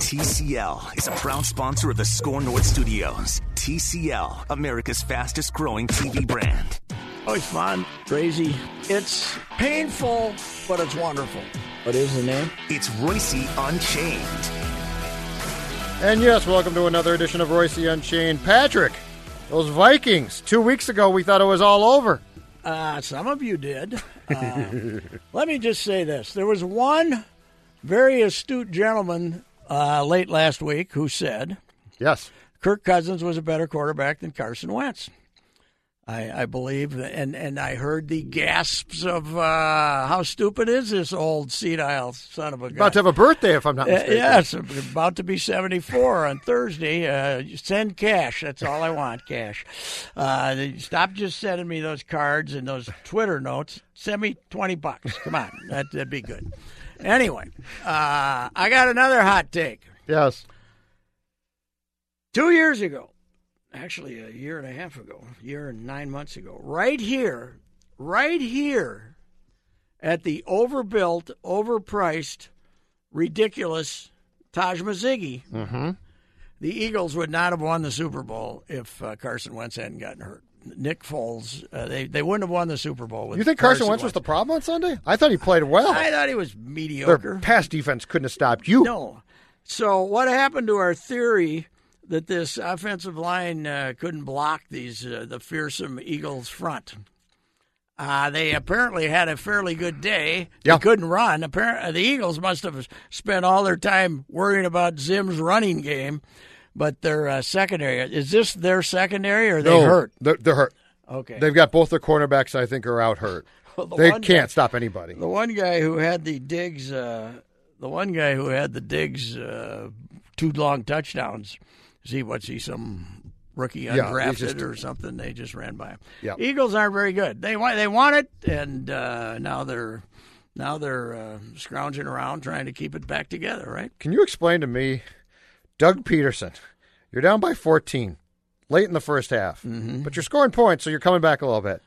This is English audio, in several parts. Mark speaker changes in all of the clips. Speaker 1: TCL is a proud sponsor of the Score North Studios. TCL, America's fastest growing TV brand.
Speaker 2: Oh, it's fun. Crazy. It's painful, but it's wonderful. What is the name?
Speaker 1: It's Royce Unchained.
Speaker 3: And yes, welcome to another edition of Royce the Unchained. Patrick, those Vikings. Two weeks ago, we thought it was all over.
Speaker 2: Uh, some of you did. Uh, let me just say this. There was one very astute gentleman uh, late last week who said
Speaker 3: Yes.
Speaker 2: Kirk Cousins was a better quarterback than Carson Wentz. I, I believe, and, and I heard the gasps of uh, how stupid is this old seat aisle son of a gun.
Speaker 3: About to have a birthday, if I'm not
Speaker 2: Uh,
Speaker 3: mistaken.
Speaker 2: yes, I'm about to be 74 on Thursday. Uh, send cash. That's all I want, cash. Uh, they- stop just sending me those cards and those Twitter notes. Send me 20 bucks. Come on. That, that'd be good. Anyway, uh, I got another hot take.
Speaker 3: Yes.
Speaker 2: Two years ago, actually a year and a half ago, year and nine months ago, right here, right here at the overbuilt, overpriced, ridiculous Taj Mazigi,
Speaker 3: Mm-hmm.
Speaker 2: the Eagles would not have won the Super Bowl if uh, Carson Wentz hadn't gotten hurt. Nick Foles, uh, they, they wouldn't have won the Super Bowl. With
Speaker 3: You think Carson Wentz was the problem on Sunday? I thought he played well.
Speaker 2: I thought he was
Speaker 3: Their
Speaker 2: mediocre.
Speaker 3: pass defense couldn't have stopped you.
Speaker 2: No. So what happened to our theory that this offensive line uh, couldn't block these uh, the fearsome Eagles front? Uh, they apparently had a fairly good day.
Speaker 3: Yeah.
Speaker 2: They couldn't run. Apparently, the Eagles must have spent all their time worrying about Zim's running game, but their uh, secondary is this their secondary or they
Speaker 3: No,
Speaker 2: hurt?
Speaker 3: They're, they're hurt.
Speaker 2: Okay.
Speaker 3: They've got both their cornerbacks, I think, are out hurt.
Speaker 2: Well, the
Speaker 3: they
Speaker 2: one
Speaker 3: can't
Speaker 2: guy-
Speaker 3: stop anybody.
Speaker 2: The one guy who had the digs, uh, the one guy who had the digs, uh, two long touchdowns. Is he what's he some rookie
Speaker 3: he's
Speaker 2: undrafted
Speaker 3: just-
Speaker 2: or something? They just ran by him.
Speaker 3: Yeah.
Speaker 2: Eagles aren't very good. They want they want it, and uh, now they're now they're uh, scrounging around trying to keep it back together. Right?
Speaker 3: Can you explain to me, Doug Peterson? You're down by 14 late in the first half,
Speaker 2: Mm-hmm.
Speaker 3: but you're scoring points, so you're coming back a little bit.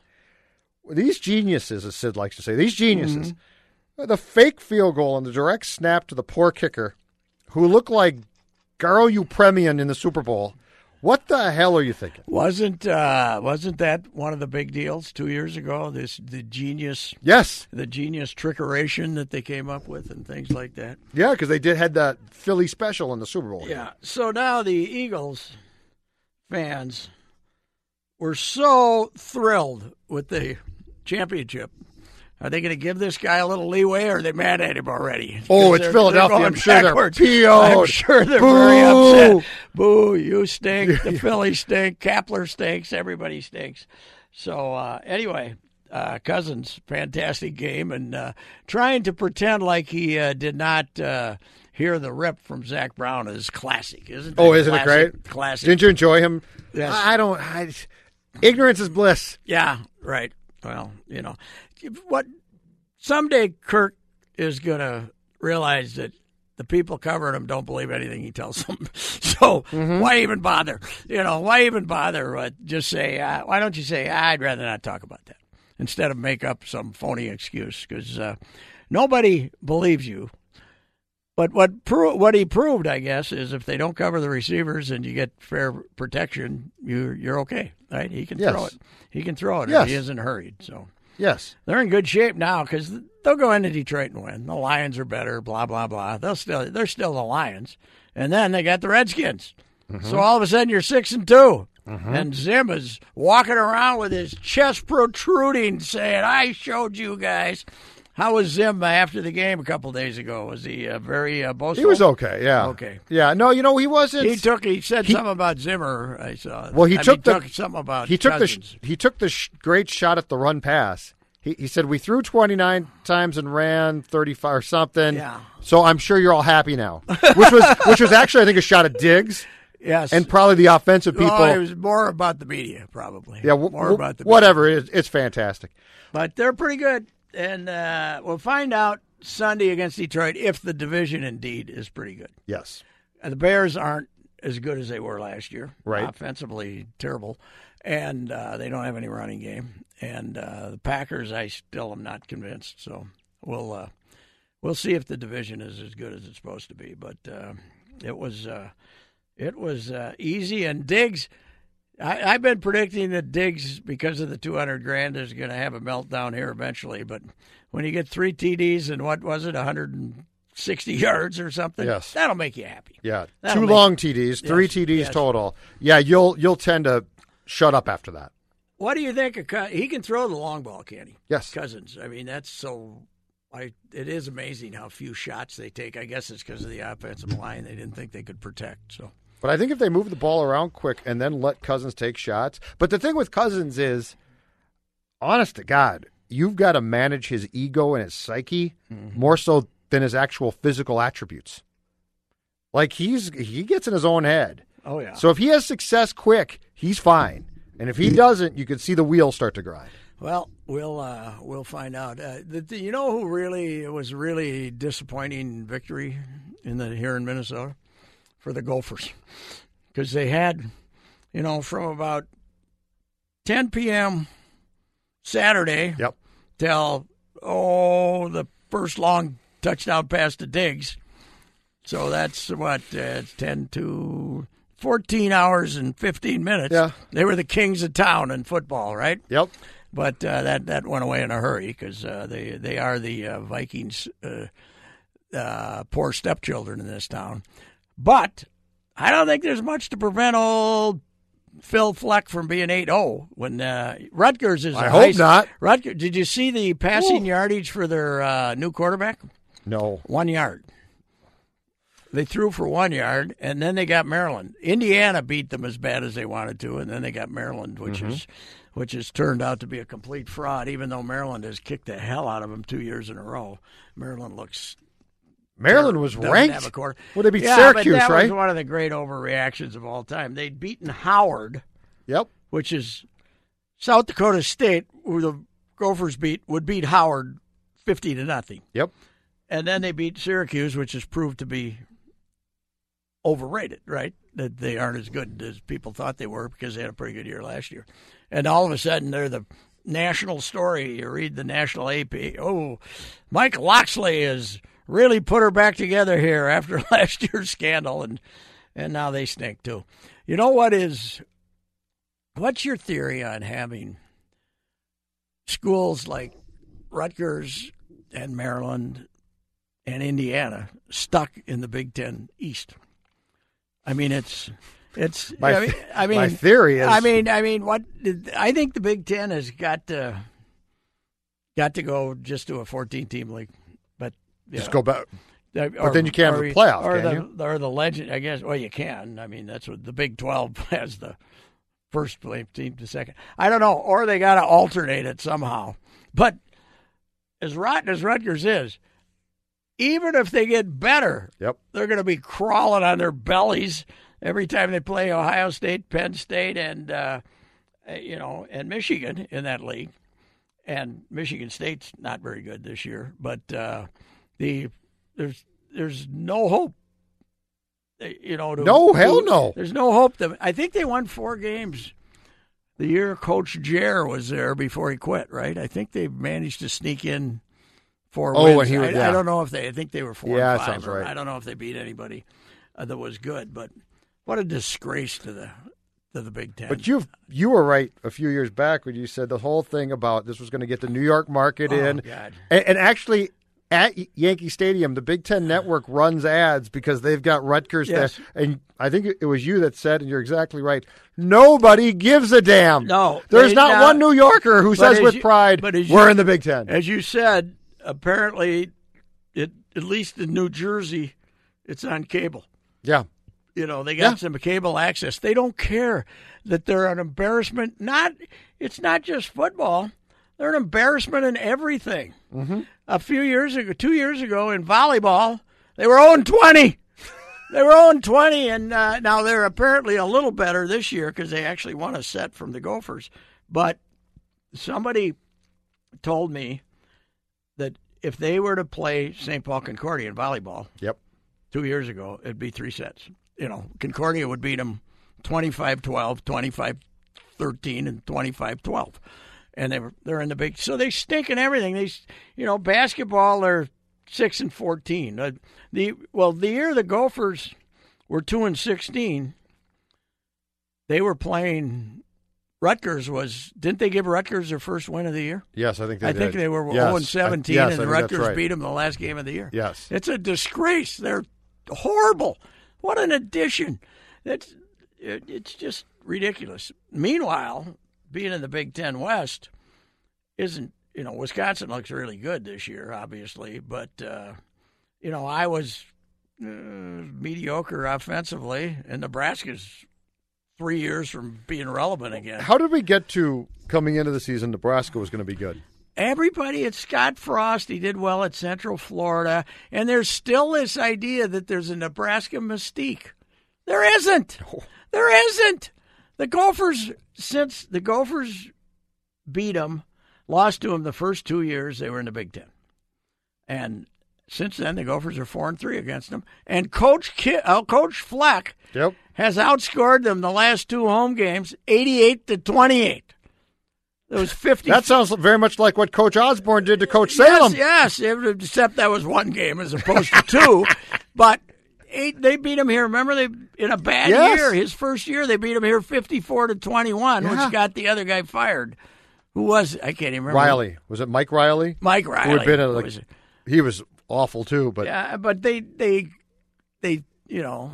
Speaker 3: These geniuses, as Sid likes to say, these geniuses,
Speaker 2: Mm-hmm.
Speaker 3: the fake field goal and the direct snap to the poor kicker, who look like Garo Upremian in the Super Bowl. What the hell are you thinking?
Speaker 2: Wasn't uh, wasn't that one of the big deals two years ago? This the genius.
Speaker 3: Yes,
Speaker 2: The genius trickeration that they came up with and things like that.
Speaker 3: yeah, because they did had that Philly special in the Super Bowl.
Speaker 2: Yeah. So now the Eagles fans were so thrilled with the championship. Are they going to give this guy a little leeway, or are they mad at him already?
Speaker 3: Oh,
Speaker 2: 'Cause
Speaker 3: it's
Speaker 2: they're-
Speaker 3: Philadelphia.
Speaker 2: going
Speaker 3: I'm sure they're
Speaker 2: backwards.
Speaker 3: PO'd.
Speaker 2: I'm sure they're
Speaker 3: Boo.
Speaker 2: very upset. Boo! You stink. The Phillies stink. Kapler stinks. Everybody stinks. So uh, anyway, uh, Cousins, fantastic game, and uh, trying to pretend like he uh, did not uh, hear the rip from Zach Brown is classic, isn't it?
Speaker 3: Oh, isn't it
Speaker 2: Classic-
Speaker 3: great?
Speaker 2: Classic.
Speaker 3: Didn't you enjoy him?
Speaker 2: Yes.
Speaker 3: I I don't. I, ignorance is bliss.
Speaker 2: Yeah, right. Well, you know, what someday Kirk is going to realize that the people covering him don't believe anything he tells them. so why even bother? You know, why even bother? Uh, just say, uh, why don't you say, I'd rather not talk about that instead of make up some phony excuse because uh, nobody believes you. But what pro- what he proved, I guess, is if they don't cover the receivers and you get fair protection, you're you're okay, right? He can
Speaker 3: Yes.
Speaker 2: throw it. He can throw it.
Speaker 3: Yes.
Speaker 2: If he isn't hurried. So
Speaker 3: Yes.
Speaker 2: They're in good shape now because they'll go into Detroit and win. The Lions are better. Blah blah blah. They'll still they're still the Lions, and then they got the Redskins.
Speaker 3: Mm-hmm.
Speaker 2: So all of a sudden you're six and 2 and Zim is walking around with his chest protruding, saying, "I showed you guys." How was Zim after the game a couple days ago? Was he uh, very uh, boastful?
Speaker 3: He was okay. Yeah.
Speaker 2: Okay.
Speaker 3: Yeah. No, you know he wasn't.
Speaker 2: He took. He said something about Zimmer. I saw.
Speaker 3: Well,
Speaker 2: I
Speaker 3: he
Speaker 2: mean,
Speaker 3: took the
Speaker 2: something about.
Speaker 3: he took the
Speaker 2: Cousins.
Speaker 3: sh- he took the sh- great shot at the run pass. He, he said we threw 29 times and ran 35 or something.
Speaker 2: Yeah.
Speaker 3: So I'm sure you're all happy now. Which was which was actually I think a shot at Diggs
Speaker 2: yes.
Speaker 3: and probably the offensive people.
Speaker 2: Oh, it was more about the media, probably.
Speaker 3: yeah, w-
Speaker 2: more
Speaker 3: w-
Speaker 2: about the media.
Speaker 3: whatever. It's, it's fantastic.
Speaker 2: But they're pretty good, and uh, we'll find out Sunday against Detroit if the division indeed is pretty good.
Speaker 3: Yes.
Speaker 2: And the Bears aren't as good as they were last year.
Speaker 3: Right.
Speaker 2: Offensively terrible, and uh, they don't have any running game. And uh, the Packers, I still am not convinced. So we'll uh, we'll see if the division is as good as it's supposed to be. But uh, it was uh, it was uh, easy. And Diggs, I, I've been predicting that Diggs, because of the two hundred grand, is going to have a meltdown here eventually. But when you get three TDs and what was it, one hundred and sixty yards or something,
Speaker 3: Yes.
Speaker 2: that'll make you happy.
Speaker 3: Yeah.
Speaker 2: That'll
Speaker 3: Two
Speaker 2: make-
Speaker 3: long TDs, three
Speaker 2: Yes,
Speaker 3: TDs
Speaker 2: yes.
Speaker 3: total. Yeah, you'll you'll tend to shut up after that.
Speaker 2: What do you think? Of, Cous- he can throw the long ball, can he?
Speaker 3: Yes.
Speaker 2: Cousins. I mean, that's so. I, it is amazing how few shots they take. I guess it's because of the offensive line. They didn't think they could protect. So
Speaker 3: But I think if they move the ball around quick and then let Cousins take shots. But the thing with Cousins is, honest to God, you've got to manage his ego and his psyche
Speaker 2: Mm-hmm.
Speaker 3: more so than his actual physical attributes. Like he's he gets in his own head.
Speaker 2: Oh, yeah.
Speaker 3: So if he has success quick, he's fine. And if he
Speaker 2: Mm-hmm.
Speaker 3: doesn't, you can see the wheels start to grind.
Speaker 2: Well, we'll uh, we'll find out. Uh, the, the, you know who really it was really disappointing victory in the here in Minnesota for the Gophers because they had, you know, from about 10 p.m. Saturday
Speaker 3: Yep.
Speaker 2: till oh the first long touchdown pass to Diggs. So that's what uh, it's ten to fourteen hours and fifteen minutes.
Speaker 3: Yeah.
Speaker 2: they were the kings of town in football, right?
Speaker 3: Yep.
Speaker 2: But uh, that that went away in a hurry because uh, they they are the uh, Vikings' uh, uh, poor stepchildren in this town. But I don't think there's much to prevent old Phil Fleck from being 8-0 when uh, Rutgers is.
Speaker 3: I
Speaker 2: a
Speaker 3: hope
Speaker 2: high-
Speaker 3: not.
Speaker 2: Rutgers. Did you see the passing
Speaker 3: Ooh.
Speaker 2: yardage for their uh, new quarterback?
Speaker 3: No.
Speaker 2: One yard. They threw for one yard, and then they got Maryland. Indiana beat them as bad as they wanted to, and then they got Maryland, which
Speaker 3: Mm-hmm.
Speaker 2: is, which has turned out to be a complete fraud. Even though Maryland has kicked the hell out of them two years in a row, Maryland looks
Speaker 3: Maryland was
Speaker 2: doesn't
Speaker 3: ranked.
Speaker 2: Have a quarter.
Speaker 3: Well, they beat
Speaker 2: yeah,
Speaker 3: Syracuse,
Speaker 2: but that
Speaker 3: right?
Speaker 2: Was one of the great overreactions of all time. They'd beaten Howard,
Speaker 3: Yep.
Speaker 2: which is South Dakota State, who the Gophers beat, would beat Howard fifty to nothing,
Speaker 3: Yep.
Speaker 2: and then they beat Syracuse, which has proved to be overrated, right? That they aren't as good as people thought they were because they had a pretty good year last year, and all of a sudden they're the national story. You read the national AP. Oh, Mike Loxley has really put her back together here after last year's scandal, and and now they stink too. You know what is? What's your theory on having schools like Rutgers and Maryland and Indiana stuck in the Big Ten East? I mean, it's it's.
Speaker 3: My-
Speaker 2: I mean, I mean
Speaker 3: my theory is-
Speaker 2: I mean, I mean, what? I think the Big Ten has got to got to go just to a fourteen team league, but you
Speaker 3: Just
Speaker 2: know.
Speaker 3: go back.
Speaker 2: Uh, Or,
Speaker 3: then you can't have
Speaker 2: or
Speaker 3: a
Speaker 2: you-
Speaker 3: playoff,
Speaker 2: or
Speaker 3: can
Speaker 2: the, Or the legend, I guess. Well, you can. I mean, that's what the Big Twelve has the first play team to second. I don't know. Or they got to alternate it somehow. But as rotten as Rutgers is, even if they get better,
Speaker 3: Yep.
Speaker 2: they're going to be crawling on their bellies every time they play Ohio State, Penn State, and uh, you know, and Michigan in that league. And Michigan State's not very good this year, but uh, the there's there's no hope. uh, You know, to,
Speaker 3: No,
Speaker 2: to-
Speaker 3: hell no.
Speaker 2: There's no hope. That I think they won four games. The year Coach Jer was there before he quit, right? I think they managed to sneak in four
Speaker 3: Oh,
Speaker 2: wins.
Speaker 3: and he was-
Speaker 2: I,
Speaker 3: yeah.
Speaker 2: I don't know if they. I think they were four.
Speaker 3: Yeah,
Speaker 2: and
Speaker 3: that
Speaker 2: five,
Speaker 3: sounds
Speaker 2: or
Speaker 3: right.
Speaker 2: I don't know if they beat anybody uh, that was good, but what a disgrace to the to the Big Ten.
Speaker 3: But you you were right a few years back when you said the whole thing about this was going to get the New York market in,
Speaker 2: Oh, God.
Speaker 3: And, and actually. At Y- Yankee Stadium, the Big Ten Network runs ads because they've got Rutgers
Speaker 2: Yes.
Speaker 3: there, and I think it was you that said, and you're exactly right. Nobody gives a damn.
Speaker 2: No,
Speaker 3: there's
Speaker 2: they-
Speaker 3: not
Speaker 2: now-
Speaker 3: one New Yorker who
Speaker 2: But
Speaker 3: says
Speaker 2: as
Speaker 3: with
Speaker 2: you-
Speaker 3: pride,
Speaker 2: but as you-
Speaker 3: "We're in the Big Ten.
Speaker 2: As you said, apparently, it, at least in New Jersey, it's on cable.
Speaker 3: yeah,
Speaker 2: You know, they got
Speaker 3: Yeah.
Speaker 2: some cable access. They don't care that they're an embarrassment. Not it's not just football. They're an embarrassment in everything. A few years ago, two years ago, in volleyball, they were 0 20. They were 0 20, and uh, now they're apparently a little better this year because they actually won a set from the Gophers. But somebody told me that if they were to play St. Paul Concordia in volleyball,
Speaker 3: yep,
Speaker 2: two years ago, it'd be three sets. You know, Concordia would beat them 25 12, 25 13, and 25 12. And they were, they're in the big, so they stink in everything. They, s- you know, basketball, they're 6 and 14. Uh, the Well, the year the Gophers were 2 and 16, they were playing. Rutgers was didn't they give Rutgers their first win of the year?
Speaker 3: yes, I think they
Speaker 2: I
Speaker 3: did.
Speaker 2: think they were
Speaker 3: Yes,
Speaker 2: zero
Speaker 3: I-
Speaker 2: and seventeen,
Speaker 3: yes, I
Speaker 2: and
Speaker 3: think that's
Speaker 2: Rutgers
Speaker 3: right.
Speaker 2: beat them the last game of the year.
Speaker 3: Yes.
Speaker 2: it's a disgrace. They're horrible. What an addition! That's it, it's just ridiculous. Meanwhile, being in the Big Ten West isn't you know Wisconsin looks really good this year, obviously, but uh, you know I was uh, mediocre offensively, and Nebraska's three years from being relevant again.
Speaker 3: How did we get to coming into the season? Nebraska was going to be good.
Speaker 2: everybody at Scott Frost, he did well at Central Florida, and there's still this idea that there's a Nebraska mystique. There isn't. There isn't. The Gophers, since the Gophers beat them, lost to them the first two years they were in the Big Ten, and since then the Gophers are four and three against them. And Coach Ki- uh, Coach Fleck
Speaker 3: Yep.
Speaker 2: has outscored them the last two home games, eighty-eight to twenty-eight. It was fifty.
Speaker 3: That sounds very much like what Coach Osborne did to Coach
Speaker 2: Yes,
Speaker 3: Salem.
Speaker 2: yes, it- except that was one game as opposed to two. But eight, they beat him here. Remember, they in a bad
Speaker 3: Yes.
Speaker 2: year, his first year, they beat him here fifty-four to twenty-one,
Speaker 3: Yeah.
Speaker 2: which got the other guy fired. Who was it? I can't even remember.
Speaker 3: Riley was it Mike Riley?
Speaker 2: Mike
Speaker 3: Who
Speaker 2: Riley.
Speaker 3: had been a,
Speaker 2: Who
Speaker 3: like,
Speaker 2: was it?
Speaker 3: he was awful too, but
Speaker 2: Yeah, but they they they you know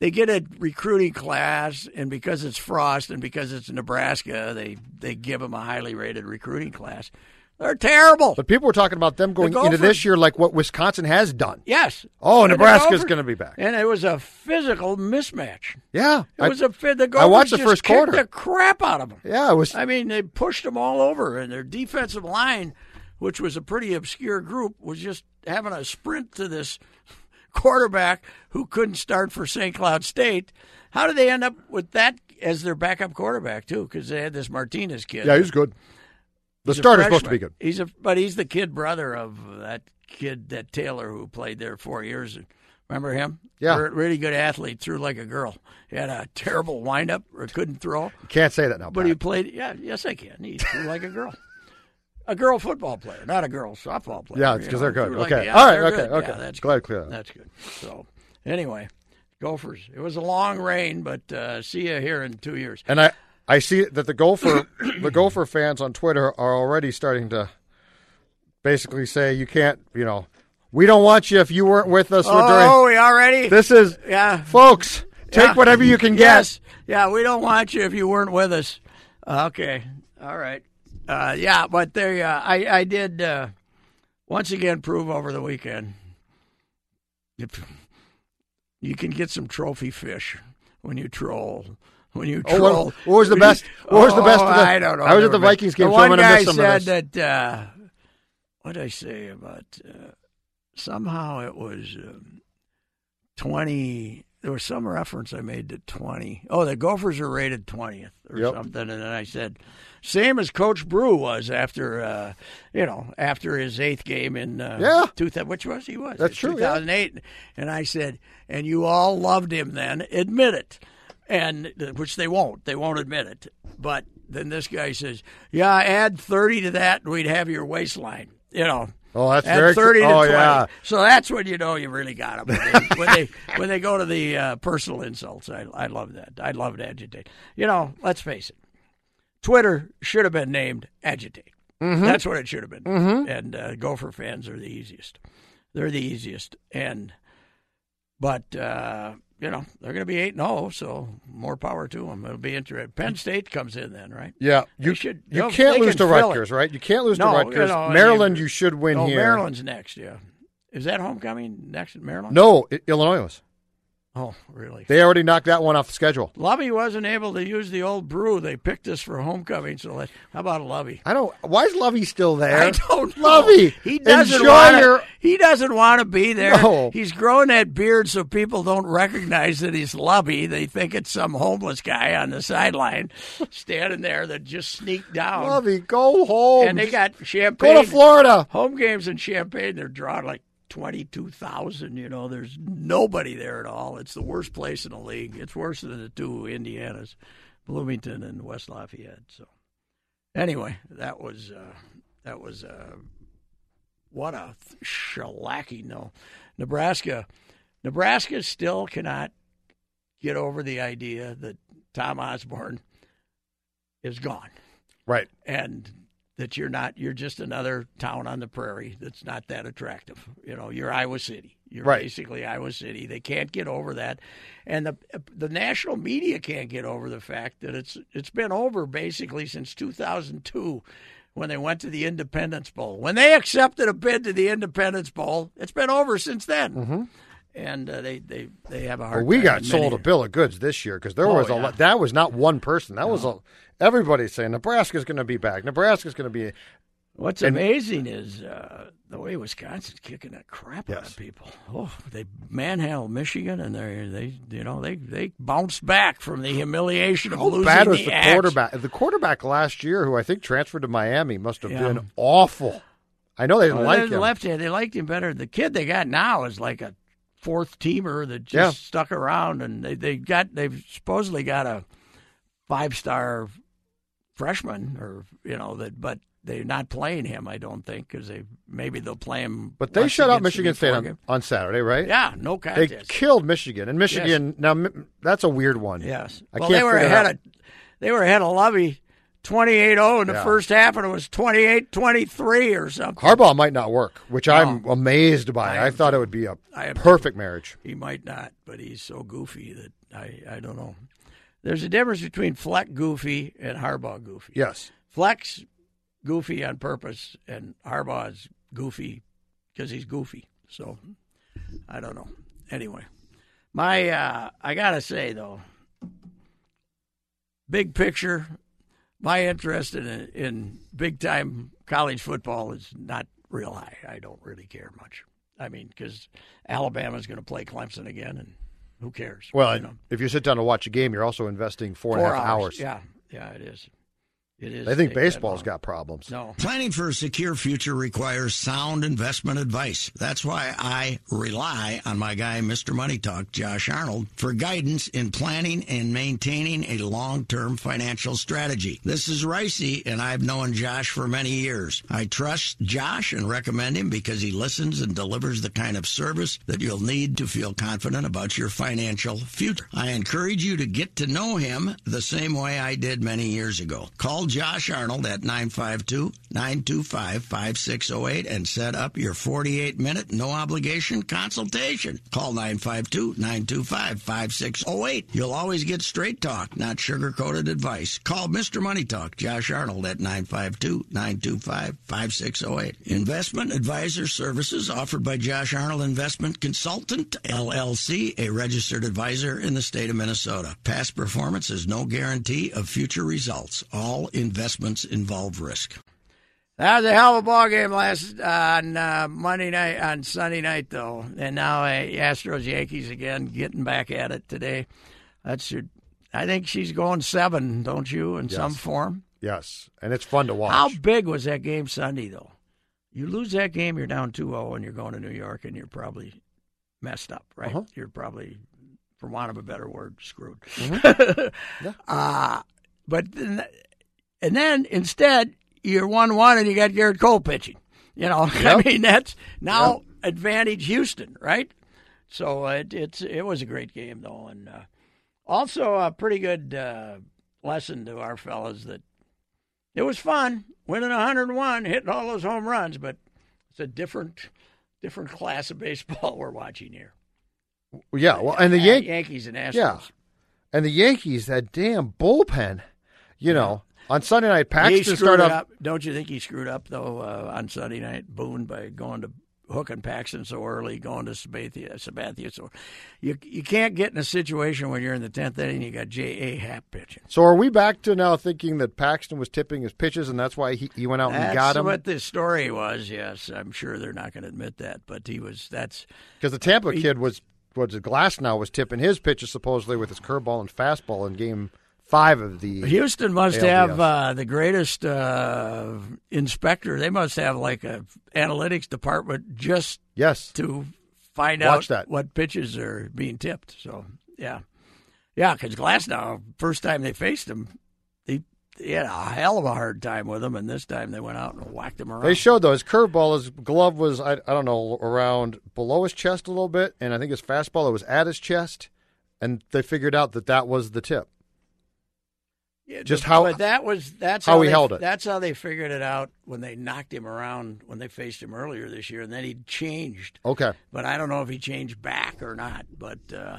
Speaker 2: they get a recruiting class, and because it's Frost and because it's Nebraska, they they give them a highly rated recruiting class. They're terrible.
Speaker 3: but people were talking about them going into
Speaker 2: Gophers-
Speaker 3: this year like what Wisconsin has done.
Speaker 2: Yes.
Speaker 3: Oh,
Speaker 2: And the
Speaker 3: Nebraska's
Speaker 2: Gophers-
Speaker 3: going to be back.
Speaker 2: And it was a physical mismatch.
Speaker 3: Yeah,
Speaker 2: It was a fi- the
Speaker 3: I
Speaker 2: Gophers
Speaker 3: watched the
Speaker 2: just
Speaker 3: first
Speaker 2: kicked
Speaker 3: quarter.
Speaker 2: The crap out of them.
Speaker 3: yeah, it was.
Speaker 2: I mean, they pushed them all over, and their defensive line, which was a pretty obscure group, was just having a sprint to this quarterback who couldn't start for St. Cloud State. How did they end up with that as their backup quarterback too? Because they had this Martinez kid.
Speaker 3: yeah, he was good. The
Speaker 2: He's a
Speaker 3: starter's supposed to be
Speaker 2: freshman.
Speaker 3: good.
Speaker 2: He's a but he's the kid brother of that kid that Taylor who played there four years. Remember him?
Speaker 3: Yeah.
Speaker 2: Re- really good athlete. Threw like a girl. He had a terrible windup or couldn't throw,
Speaker 3: Can't say that now.
Speaker 2: but
Speaker 3: Pat.
Speaker 2: he played. Yeah, yes, I can. He threw like a girl. A girl football player, not a girl softball player.
Speaker 3: yeah, it's
Speaker 2: you
Speaker 3: because
Speaker 2: know,
Speaker 3: they're good.
Speaker 2: threw like-
Speaker 3: okay,
Speaker 2: yeah,
Speaker 3: all right,
Speaker 2: they're
Speaker 3: okay,
Speaker 2: good.
Speaker 3: okay.
Speaker 2: Yeah, that's
Speaker 3: Glad
Speaker 2: good.
Speaker 3: to clear that. up.
Speaker 2: That's good. So, anyway, Gophers. It was a long rain, but uh, see you here in two years.
Speaker 3: And I, I see that the Gopher, the Gopher fans on Twitter are already starting to basically say you can't, you know, we don't want you if you weren't with us
Speaker 2: Oh,
Speaker 3: during.
Speaker 2: we already.
Speaker 3: This is,
Speaker 2: Yeah.
Speaker 3: folks, take
Speaker 2: Yeah.
Speaker 3: whatever you can
Speaker 2: Yes. Yeah, we don't want you if you weren't with us. Okay. All right. Uh, yeah, but there, uh, I I did uh, once again prove over the weekend. If you can get some trophy fish when you troll. When you
Speaker 3: Oh,
Speaker 2: troll,
Speaker 3: what- what was the
Speaker 2: when you-
Speaker 3: best- what was the best
Speaker 2: Oh,
Speaker 3: of the-
Speaker 2: I don't know.
Speaker 3: I was at
Speaker 2: There
Speaker 3: the
Speaker 2: were-
Speaker 3: Vikings game,
Speaker 2: The
Speaker 3: so
Speaker 2: one
Speaker 3: I'm gonna
Speaker 2: guy
Speaker 3: miss some of
Speaker 2: said that. Uh, what did I say about? Uh, somehow it was. Um, 20 there was some reference i made to 20 oh the gophers are rated 20th or
Speaker 3: Yep.
Speaker 2: something and then i said same as coach brew was after uh, you know after his eighth game in uh,
Speaker 3: Yeah.
Speaker 2: 2000 which was he was
Speaker 3: That's
Speaker 2: in
Speaker 3: true, yeah.
Speaker 2: 2008 and i said and you all loved him then admit it and uh, which they won't they won't admit it but then this guy says yeah add 30 to that and we'd have your waistline you know
Speaker 3: Oh, that's
Speaker 2: at
Speaker 3: very cr-
Speaker 2: thirty to
Speaker 3: oh,
Speaker 2: twenty.
Speaker 3: yeah.
Speaker 2: So that's when you know you really got them. When they when they, when they go to the uh, personal insults, I, I love that. I love to agitate. You know, let's face it, Twitter should have been named Agitate.
Speaker 3: Mm-hmm.
Speaker 2: That's what it should have been. And uh, Gopher fans are the easiest. They're the easiest. And but uh, you know they're going to be eight and zero, so more power to them. It'll be interesting. Penn State comes in then, right?
Speaker 3: Yeah,
Speaker 2: They
Speaker 3: you
Speaker 2: should-
Speaker 3: you
Speaker 2: they'll-
Speaker 3: can't
Speaker 2: they
Speaker 3: lose to
Speaker 2: can fill it.
Speaker 3: Rutgers, right? You can't lose
Speaker 2: No,
Speaker 3: to
Speaker 2: you
Speaker 3: Rutgers.
Speaker 2: know, I mean-
Speaker 3: Maryland, you should win
Speaker 2: oh,
Speaker 3: here.
Speaker 2: Maryland's next. Yeah, is that homecoming next in Maryland?
Speaker 3: No, I- Illinois was.
Speaker 2: Oh, really?
Speaker 3: They already knocked that one off the schedule.
Speaker 2: Lovey wasn't able to use the old brew. They picked us for homecoming. So let, how about Lovey?
Speaker 3: I don't. Why is Lovey still there?
Speaker 2: I don't know.
Speaker 3: Lovey,
Speaker 2: He doesn't
Speaker 3: enjoy
Speaker 2: wanna,
Speaker 3: your.
Speaker 2: He doesn't want to be there.
Speaker 3: No.
Speaker 2: He's growing that beard so people don't recognize that he's Lovey. They think it's some homeless guy on the sideline standing there that just sneaked down.
Speaker 3: Lovey, go home.
Speaker 2: And they got champagne.
Speaker 3: go to Florida.
Speaker 2: Home games in Champaign, they're drawing like 22,000. You know, there's nobody there at all. It's the worst place in the league. It's worse than the two Indianas, Bloomington and West Lafayette. So, anyway, that was uh, that was uh, what a th- shellacking. No, Nebraska, Nebraska still cannot get over the idea that Tom Osborne is gone
Speaker 3: Right.
Speaker 2: and that you're not you're just another town on the prairie that's not that attractive. You know, you're Iowa City. You're
Speaker 3: Right.
Speaker 2: basically Iowa City. They can't get over that, and the the national media can't get over the fact that it's it's been over basically since 2002. When they went to the Independence Bowl, when they accepted a bid to the Independence Bowl, it's been over since then, and uh, they, they they have a hard.
Speaker 3: Mm-hmm. Well, we
Speaker 2: time.
Speaker 3: got
Speaker 2: Many-
Speaker 3: sold a bill of goods this year because there
Speaker 2: Oh,
Speaker 3: was a
Speaker 2: yeah.
Speaker 3: lot. That was not one person. That was a, everybody's saying Nebraska's going to be back. Nebraska's going to be.
Speaker 2: What's amazing is uh, the way Wisconsin's kicking the crap out
Speaker 3: Yes.
Speaker 2: of people. Oh, they manhandled Michigan, and they they you know they they bounced back from the humiliation of
Speaker 3: How
Speaker 2: losing
Speaker 3: bad was the,
Speaker 2: axe.
Speaker 3: quarterback? The quarterback last year, who I think transferred to Miami, must have
Speaker 2: Yeah.
Speaker 3: been awful. I know they didn't
Speaker 2: Well,
Speaker 3: like
Speaker 2: they
Speaker 3: him.
Speaker 2: left it. They liked him better. The kid they got now is like a fourth teamer that just
Speaker 3: Yeah.
Speaker 2: stuck around, and they they got they've supposedly got a five star freshman, or you know that, but they're not playing him. I don't think because they maybe they'll play him.
Speaker 3: But they
Speaker 2: once
Speaker 3: shut
Speaker 2: he
Speaker 3: out
Speaker 2: gets to
Speaker 3: Michigan
Speaker 2: be
Speaker 3: State
Speaker 2: four
Speaker 3: on,
Speaker 2: games.
Speaker 3: on Saturday, right?
Speaker 2: Yeah, no
Speaker 3: They
Speaker 2: contest.
Speaker 3: killed Michigan, and Michigan now m- that's a weird one.
Speaker 2: Yes.
Speaker 3: I
Speaker 2: well,
Speaker 3: can't
Speaker 2: they were
Speaker 3: figure it
Speaker 2: ahead
Speaker 3: out.
Speaker 2: of they were ahead of Lovey 28-0 in the
Speaker 3: Yeah.
Speaker 2: first half and it was 28-23 or something.
Speaker 3: Harbaugh might not work, which I'm amazed by. I, thought it would be a
Speaker 2: I am
Speaker 3: perfect marriage.
Speaker 2: He might not, but he's so goofy that I I don't know. There's a difference between Fleck goofy and Harbaugh goofy.
Speaker 3: Yes,
Speaker 2: Fleck's goofy on purpose and Harbaugh's goofy because he's goofy. So I don't know. Anyway, my uh, I gotta say though, big picture, my interest in in big time college football is not real high. I don't really care much. I mean, because Alabama's going to play Clemson again, and who cares?
Speaker 3: Well,
Speaker 2: you know,
Speaker 3: if you sit down to watch a game, you're also investing four and a half hours.
Speaker 2: Yeah, yeah, it is. It is.
Speaker 3: They think
Speaker 2: Take that
Speaker 3: baseball's
Speaker 2: long.
Speaker 3: got problems.
Speaker 2: no.
Speaker 4: Planning for a secure future requires sound investment advice. That's why I rely on my guy, Mr. Money Talk, Josh Arnold, for guidance in planning and maintaining a long term financial strategy. This is Ricey, and I've known Josh for many years. I trust Josh and recommend him because he listens and delivers the kind of service that you'll need to feel confident about your financial future. I encourage you to get to know him the same way I did many years ago. Call Josh Arnold at 952 925 5608 and set up your 48 minute no obligation consultation. Call 952 925 5608. You'll always get straight talk, not sugar coated advice. Call Mr. Money Talk, Josh Arnold at 952 925 5608. Investment advisor services offered by Josh Arnold Investment Consultant, LLC, a registered advisor in the state of Minnesota. Past performance is no guarantee of future results. All investments involve risk.
Speaker 2: That was a hell of a ball game last on uh, Monday night on Sunday night though, and now uh, Astros Yankees again getting back at it today. That's your, I think she's going seven, don't you? In some form.
Speaker 3: Yes, and it's fun to watch.
Speaker 2: How big was that game Sunday though? You lose that game, you're down 2-0, and you're going to New York, and you're probably messed up, right?
Speaker 3: Uh-huh.
Speaker 2: You're probably, for want of a better word, screwed.
Speaker 3: Mm-hmm.
Speaker 2: uh, but then, and then instead you're one one, and you got Garrett Cole pitching. You know, I mean that's now advantage Houston, right? So uh, it, it's it was a great game though, and uh, also a pretty good uh, lesson to our fellas that it was fun winning 101, hitting all those home runs, but it's a different different class of baseball we're watching here.
Speaker 3: Yeah, well, and the
Speaker 2: Uh,
Speaker 3: Yankees.
Speaker 2: Yankees and Astros.
Speaker 3: Yeah. And the Yankees, that damn bullpen, you know, on Sunday night,
Speaker 2: He
Speaker 3: Paxton
Speaker 2: screwed
Speaker 3: started off.
Speaker 2: up. Don't you think he screwed up though uh, on Sunday night, Boone, by going to Hook and Paxton so early, going to Sabathia, Sabathia so you you can't get in a situation when you're in the tenth inning. You got J. A. Happ pitching.
Speaker 3: So are we back to now thinking that Paxton was tipping his pitches and that's why he, he went out and
Speaker 2: That's
Speaker 3: got him?
Speaker 2: what the story was. Yes, I'm sure they're not going to admit that, but he was. That's
Speaker 3: Because the Tampa kid was, was it Glass now, was tipping his pitches supposedly with his curveball and fastball in game five of the.
Speaker 2: Houston must
Speaker 3: ALDS.
Speaker 2: have uh, the greatest uh, inspector. They must have like a analytics department just
Speaker 3: Yes.
Speaker 2: to find
Speaker 3: Watch
Speaker 2: out
Speaker 3: that.
Speaker 2: what pitches are being tipped. So yeah, yeah, because Glasnow, first time they faced him, he, he had a hell of a hard time with him, and this time they went out and whacked him around.
Speaker 3: They showed though his curveball, his glove was I, I don't know around below his chest a little bit, and I think his fastball it was at his chest, and they figured out that that was the tip.
Speaker 2: Yeah,
Speaker 3: just
Speaker 2: but-
Speaker 3: how-
Speaker 2: but that was that's
Speaker 3: how he
Speaker 2: they-
Speaker 3: held it.
Speaker 2: That's how they figured it out when they knocked him around when they faced him earlier this year, and then he changed.
Speaker 3: Okay,
Speaker 2: But I don't know if he changed back or not. But uh,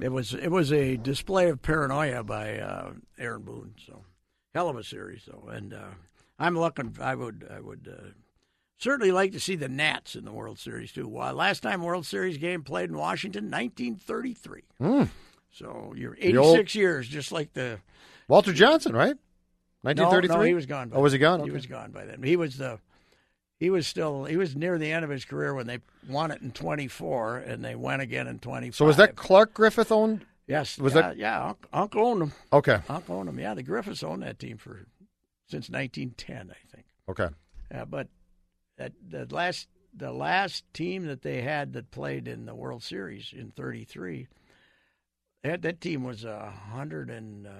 Speaker 2: it was it was a display of paranoia by uh, Aaron Boone. So hell of a series though, and uh, I'm looking. I would I would uh, certainly like to see the Nats in the World Series too. Uh, last time World Series game played in Washington, 1933. So you're 86
Speaker 3: old-
Speaker 2: years, just like the
Speaker 3: Walter Johnson, right?
Speaker 2: no,
Speaker 3: Nineteen thirty-three.
Speaker 2: No, he was gone. By
Speaker 3: Oh, was he
Speaker 2: then.
Speaker 3: gone?
Speaker 2: He
Speaker 3: Okay.
Speaker 2: was gone by then. He was the. He was still. He was near the end of his career when they won it in 24, and they went again in 25.
Speaker 3: So was that Clark Griffith owned?
Speaker 2: Yes.
Speaker 3: was
Speaker 2: yeah,
Speaker 3: that-
Speaker 2: Yeah. Unc- Uncle owned them.
Speaker 3: Okay,
Speaker 2: Uncle owned them. Yeah, the Griffiths owned that team for since 1910, I think.
Speaker 3: okay.
Speaker 2: Yeah, Uh, but that the last the last team that they had that played in the World Series in '33, that that team was a hundred and uh,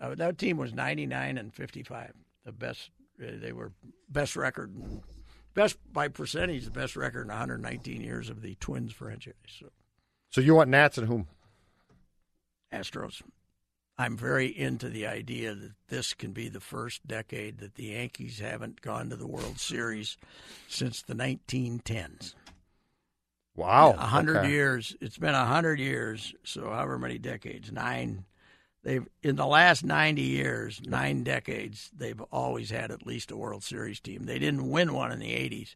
Speaker 2: uh, that team was ninety nine and fifty five. The best uh, they were best record, best by percentage, the best record in one hundred nineteen years of the Twins franchise. So
Speaker 3: So you want Nats and whom?
Speaker 2: Astros. I'm very into the idea that this can be the first decade that the Yankees haven't gone to the World Series since the 1910s.
Speaker 3: Wow,
Speaker 2: A hundred
Speaker 3: Oh, okay.
Speaker 2: years. It's been a hundred years. So however many decades, nine. They've in the last ninety years, nine decades, they've always had at least a World Series team. They didn't win one in the '80s,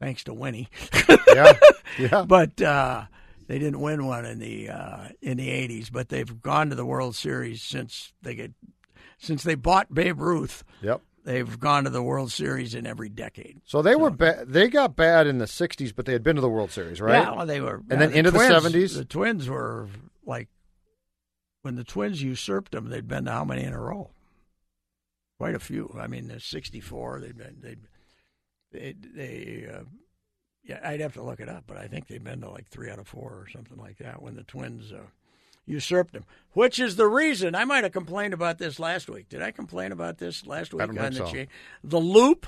Speaker 2: thanks to Winnie,
Speaker 3: yeah, yeah.
Speaker 2: but uh, they didn't win one in the uh, in the '80s. But they've gone to the World Series since they get since they bought Babe Ruth.
Speaker 3: Yep.
Speaker 2: They've gone to the World Series in every decade.
Speaker 3: So they were ba- they got bad in the '60s, but they had been to the World Series, right?
Speaker 2: Yeah, well, they were.
Speaker 3: And then into the
Speaker 2: Twins-
Speaker 3: 70s?
Speaker 2: The Twins were like when the Twins usurped them. They'd been to how many in a row? Quite a few. I mean, there's 64. They'd been they'd, they they uh, yeah. I'd have to look it up, but I think they've been to like three out of four or something like that when the Twins. Uh, Usurped them, which is the reason I might have complained about this last week. Did I complain about this last week
Speaker 3: don't
Speaker 2: on the
Speaker 3: think so.
Speaker 2: cha- the loop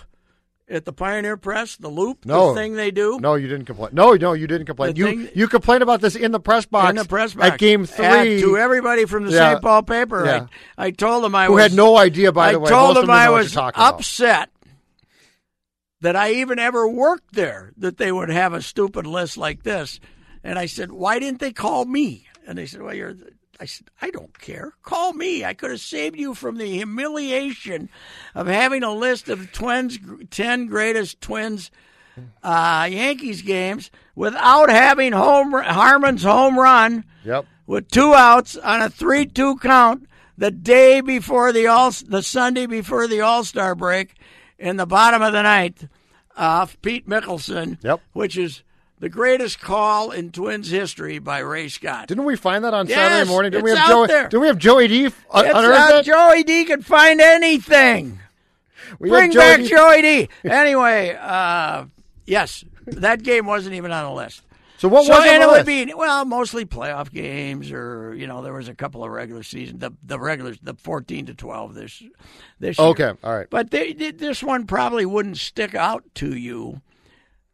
Speaker 2: at the Pioneer Press? The loop, the
Speaker 3: No.
Speaker 2: thing they do.
Speaker 3: No, you didn't complain. No, no, you didn't complain.
Speaker 2: The
Speaker 3: you
Speaker 2: thing-
Speaker 3: you complained about this in the press box.
Speaker 2: in the press box
Speaker 3: at game three.
Speaker 2: And to everybody from the
Speaker 3: Yeah.
Speaker 2: St. Paul paper.
Speaker 3: Yeah.
Speaker 2: I, I told them I
Speaker 3: who
Speaker 2: was,
Speaker 3: had no idea. By
Speaker 2: I
Speaker 3: the way,
Speaker 2: told
Speaker 3: most of
Speaker 2: them
Speaker 3: them
Speaker 2: I
Speaker 3: know what
Speaker 2: was
Speaker 3: you're talking about.
Speaker 2: upset that I even ever worked there. That they would have a stupid list like this, and I said, "Why didn't they call me?" And they said, "Well, you're." the-" I said, "I don't care. Call me. I could have saved you from the humiliation of having a list of twins, ten greatest twins." Uh, Yankees games without having home Harmon's home run
Speaker 3: Yep.
Speaker 2: with two outs on a three-two count the day before the all the Sunday before the All Star break in the bottom of the ninth off Pete Mickelson,
Speaker 3: Yep.
Speaker 2: which is the greatest call in Twins history by Ray Scott.
Speaker 3: Didn't we find that on
Speaker 2: Yes,
Speaker 3: Saturday morning? Didn't we
Speaker 2: it's
Speaker 3: have
Speaker 2: out
Speaker 3: Joey?
Speaker 2: there.
Speaker 3: Didn't we have Joey D f- uh,
Speaker 2: it's
Speaker 3: unearth
Speaker 2: how
Speaker 3: that?
Speaker 2: Joey D can find anything.
Speaker 3: we had
Speaker 2: Bring back
Speaker 3: D-
Speaker 2: Joey D. Anyway, uh, yes, that game wasn't even on the list.
Speaker 3: So what
Speaker 2: so
Speaker 3: was on
Speaker 2: and
Speaker 3: the
Speaker 2: it would
Speaker 3: list?
Speaker 2: be well mostly playoff games or you know there was a couple of regular season the the regular the 14 to 12 this this year.
Speaker 3: Okay, all right.
Speaker 2: but they, they- this one probably wouldn't stick out to you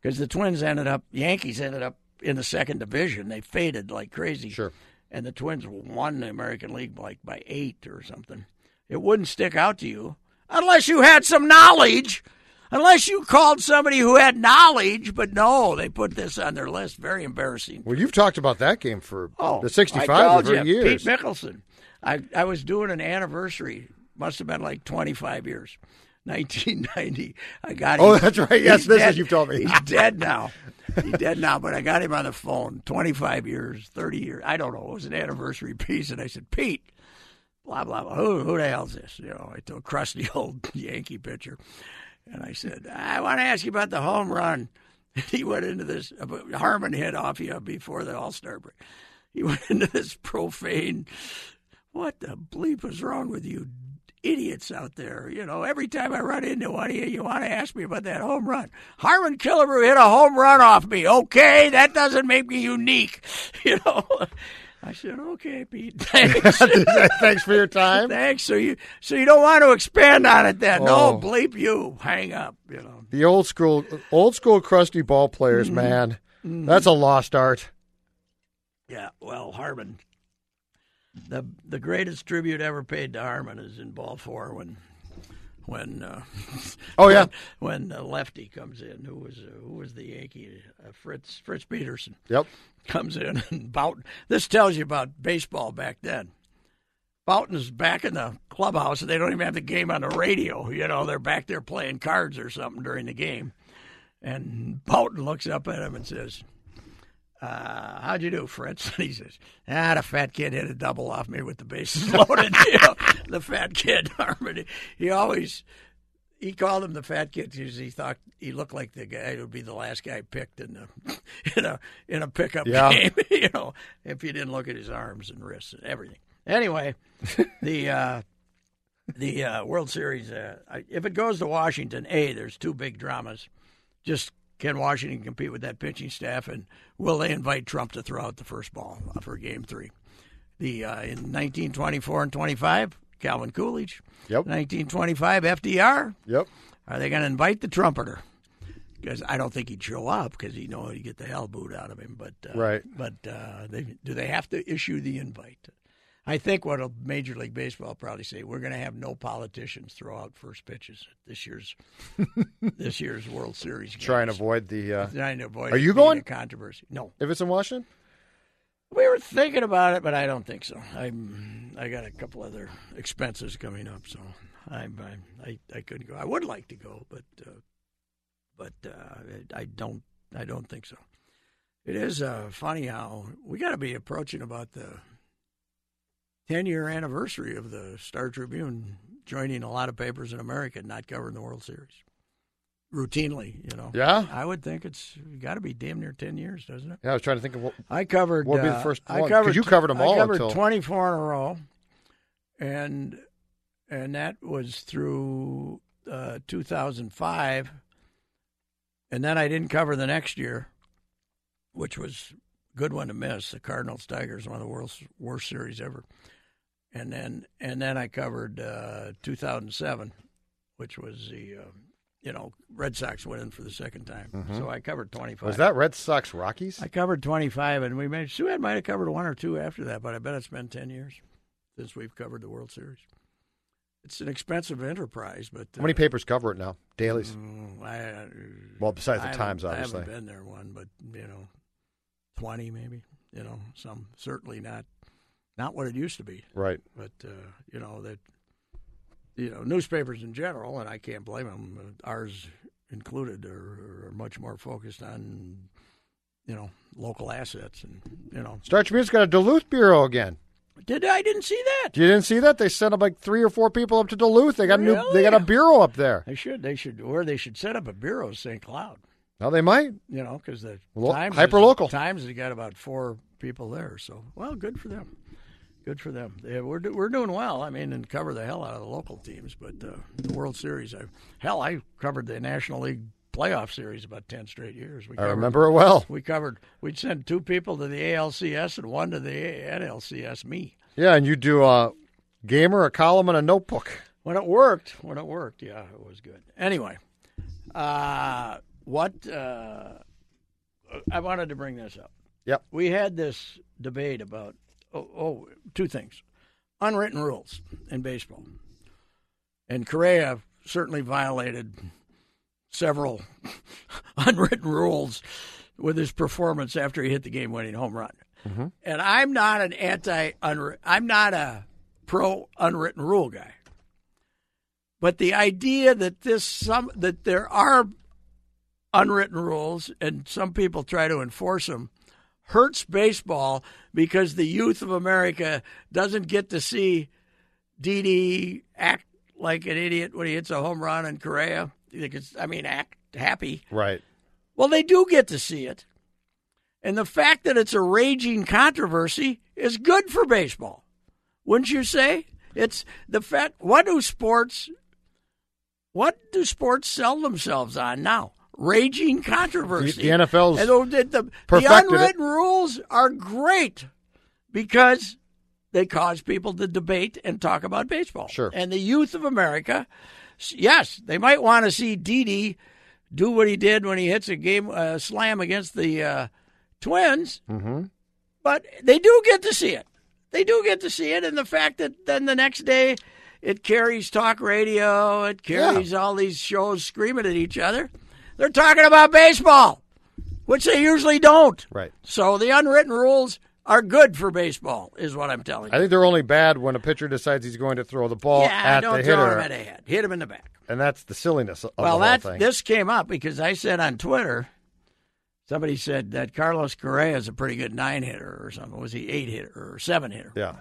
Speaker 2: because the Twins ended up, Yankees ended up in the second division. They faded like crazy.
Speaker 3: Sure.
Speaker 2: And the Twins won the American League like by eight or something. It wouldn't stick out to you unless you had some knowledge. Unless you called somebody who had knowledge, but no, they put this on their list. Very embarrassing.
Speaker 3: Well, you've talked about that game for
Speaker 2: Oh,
Speaker 3: the
Speaker 2: I
Speaker 3: 65
Speaker 2: called
Speaker 3: for
Speaker 2: you,
Speaker 3: years.
Speaker 2: Pete Mickelson. I, I was doing an anniversary. Must have been like 25 years. 1990. I got
Speaker 3: Oh,
Speaker 2: him.
Speaker 3: that's right. Yes,
Speaker 2: He's
Speaker 3: this is-
Speaker 2: dead.
Speaker 3: you've told me.
Speaker 2: He's dead now. He's dead now, but I got him on the phone. 25 years, 30 years. I don't know. It was an anniversary piece. And I said, Pete, blah, blah, blah. Who, who the hell's this? You know, I told crusty old Yankee pitcher. And I said, I want to ask you about the home run. He went into this, uh, Harmon hit off you before the All Star break. He went into this profane, what the bleep is wrong with you idiots out there? You know, every time I run into one of you, you want to ask me about that home run. Harmon Killebrew hit a home run off me. Okay, that doesn't make me unique. You know, I said, okay, Pete, thanks.
Speaker 3: Thanks for your time.
Speaker 2: Thanks. So you so you don't want to expand on it then.
Speaker 3: Oh.
Speaker 2: No, bleep you. Hang up, you know.
Speaker 3: The old school, old school crusty ball players,
Speaker 2: Mm-hmm.
Speaker 3: man. That's a lost art.
Speaker 2: Yeah, well, Harmon. The the greatest tribute ever paid to Harmon is in ball four when when uh,
Speaker 3: Oh yeah,
Speaker 2: when uh, lefty comes in. Who was uh, who was the Yankee? Uh, Fritz Fritz Peterson.
Speaker 3: yep.
Speaker 2: comes in and Boughton. This tells you about baseball back then. Boughton's back in the clubhouse and they don't even have the game on the radio. You know, they're back there playing cards or something during the game. And Boughton looks up at him and says, uh, how'd you do, Fritz? And he says, ah, the fat kid hit a double off me with the bases loaded. you know, the fat kid, Harmony. He always, he called him the fat kid because he thought he looked like the guy who would be the last guy picked in the in a in a pickup
Speaker 3: Yeah.
Speaker 2: game. You know, if you didn't look at his arms and wrists and everything. Anyway, the uh, the uh, World Series. Uh, I- if it goes to Washington, a there's two big dramas. Just can Washington compete with that pitching staff, and will they invite Trump to throw out the first ball for Game Three? The uh, in 1924 and 25, Calvin Coolidge.
Speaker 3: Yep.
Speaker 2: 1925, FDR.
Speaker 3: Yep.
Speaker 2: Are they going to invite the trumpeter? Because I don't think he'd show up because he know he'd get the hell booed out of him. But uh,
Speaker 3: Right.
Speaker 2: But uh, they, do they have to issue the invite? I think what will Major League Baseball probably say we're going to have no politicians throw out first pitches at this year's this year's World Series. Games.
Speaker 3: Try and avoid the. Uh,
Speaker 2: Trying to avoid.
Speaker 3: Are
Speaker 2: it
Speaker 3: you
Speaker 2: being
Speaker 3: going?
Speaker 2: a controversy? No,
Speaker 3: if it's in Washington,
Speaker 2: we were thinking about it, but I don't think so. I'm I got a couple other expenses coming up, so I'm, I'm I I couldn't go. I would like to go, but uh, but uh, I don't I don't think so. It is uh, funny how we got to be approaching about the ten year anniversary of the Star Tribune joining a lot of papers in America not covering the World Series routinely. You know,
Speaker 3: Yeah.
Speaker 2: I would think it's got to be damn near ten years, doesn't it?
Speaker 3: yeah, I was trying to think of what.
Speaker 2: I covered.
Speaker 3: What'd be the
Speaker 2: uh,
Speaker 3: first
Speaker 2: I
Speaker 3: one? 'Cause
Speaker 2: covered.
Speaker 3: you covered 'em all
Speaker 2: I covered
Speaker 3: until-
Speaker 2: twenty-four in a row, and and that was through uh, two thousand five, and then I didn't cover the next year, which was a good one to miss. The Cardinals Tigers, one of the worst worst series ever, and then and then I covered uh, two thousand seven, which was the. Uh, you know, Red Sox winning for the second time. So I covered 25.
Speaker 3: Mm-hmm. Was that Red Sox Rockies?
Speaker 2: I covered 25, and we made Sue Ann might have covered one or two after that, but I bet it's been 10 years since we've covered the World Series. It's an expensive enterprise, but uh,
Speaker 3: How many papers cover it now? Dailies.
Speaker 2: Mm, I,
Speaker 3: Well, besides
Speaker 2: I
Speaker 3: the
Speaker 2: haven't-
Speaker 3: Times,
Speaker 2: I
Speaker 3: obviously.
Speaker 2: haven't been there one, but you know, 20 maybe. You know, some certainly not not what it used to be
Speaker 3: Right.
Speaker 2: but uh, you know that you know newspapers in general, and I can't blame them. Ours included are, are much more focused on you know local assets, and you know
Speaker 3: Star Tribune's got a Duluth bureau again.
Speaker 2: did I didn't see that.
Speaker 3: You didn't see that? They sent up like three or four people up to Duluth. They got a new. They got a
Speaker 2: Really?
Speaker 3: bureau up there.
Speaker 2: They should they should or they should set up a bureau in St. Cloud,
Speaker 3: Now they might.
Speaker 2: you know, because the
Speaker 3: Lo-
Speaker 2: Times
Speaker 3: hyperlocal.
Speaker 2: Times has got about four people there, so well, good for them. Good for them. Yeah, we're do, we're doing well. I mean, and cover the hell out of the local teams, but uh, the World Series. I, hell, I covered the National League playoff series about ten straight years. We
Speaker 3: I
Speaker 2: covered-
Speaker 3: remember it well.
Speaker 2: We covered. We'd send two people to the ALCS and one to the NLCS. Me.
Speaker 3: Yeah, and you do a gamer, a column, and a notebook.
Speaker 2: When it worked, when it worked, yeah, it was good. Anyway, uh, What uh, I wanted to bring this up.
Speaker 3: Yep.
Speaker 2: We had this debate about oh, oh two things: unwritten rules in baseball, and Correa certainly violated several unwritten rules with his performance after he hit the game-winning home run. And I'm not an anti unwritten. I'm not a pro unwritten rule guy. But the idea that this some that there are unwritten rules and some people try to enforce them hurts baseball because the youth of America doesn't get to see Didi act like an idiot when he hits a home run in Correa. They could- I mean, act happy.
Speaker 3: Right.
Speaker 2: Well, they do get to see it. And the fact that it's a raging controversy is good for baseball. Wouldn't you say? It's the fact what do sports what do sports sell themselves on now? Raging controversy.
Speaker 3: The- the NFL's
Speaker 2: and so the, the, the
Speaker 3: perfected it.
Speaker 2: unwritten rules are great because they cause people to debate and talk about baseball.
Speaker 3: Sure.
Speaker 2: And the youth of America, s- yes, they might want to see Didi do what he did when he hits a game uh, slam against the uh, Twins, but they do get to see it. They do get to see it, and the fact that then the next day it carries talk radio, it carries all these shows screaming at each other. They're talking about baseball, which they usually don't.
Speaker 3: Right.
Speaker 2: So the unwritten rules are good for baseball, is what I'm telling
Speaker 3: I
Speaker 2: you.
Speaker 3: think they're only bad when a pitcher decides he's going to throw the ball
Speaker 2: yeah,
Speaker 3: at
Speaker 2: don't
Speaker 3: the
Speaker 2: throw
Speaker 3: hitter,
Speaker 2: him at the head. Hit him in the back.
Speaker 3: and that's the silliness of
Speaker 2: well,
Speaker 3: the whole
Speaker 2: that
Speaker 3: thing.
Speaker 2: this came up because I said on Twitter, somebody said that Carlos Correa is a pretty good nine hitter or something. Was he eight hitter or seven hitter?
Speaker 3: yeah,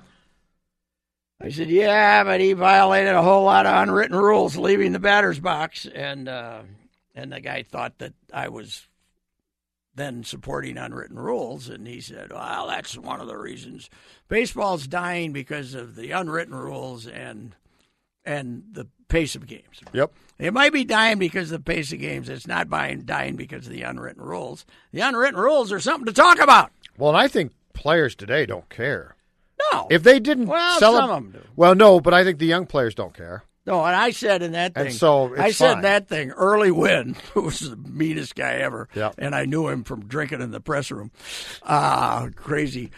Speaker 2: I said, yeah, but he violated a whole lot of unwritten rules leaving the batter's box, and uh, and the guy thought that I was then supporting unwritten rules, and he said, well, that's one of the reasons baseball's dying because of the unwritten rules and and the pace of games.
Speaker 3: yep,
Speaker 2: It might be dying because of the pace of games. It's not buying, dying because of the unwritten rules. The unwritten rules are something to talk about.
Speaker 3: Well, and I think players today don't care
Speaker 2: No.
Speaker 3: if they didn't
Speaker 2: Well,
Speaker 3: sell
Speaker 2: some
Speaker 3: it-
Speaker 2: of 'em do.
Speaker 3: Well, no, but I think the young players don't care.
Speaker 2: No, and I said in that thing.
Speaker 3: And so it's
Speaker 2: I said
Speaker 3: fine.
Speaker 2: in that thing. Early Wynn, who was the meanest guy ever,
Speaker 3: Yeah.
Speaker 2: and I knew him from drinking in the press room. Ah, crazy.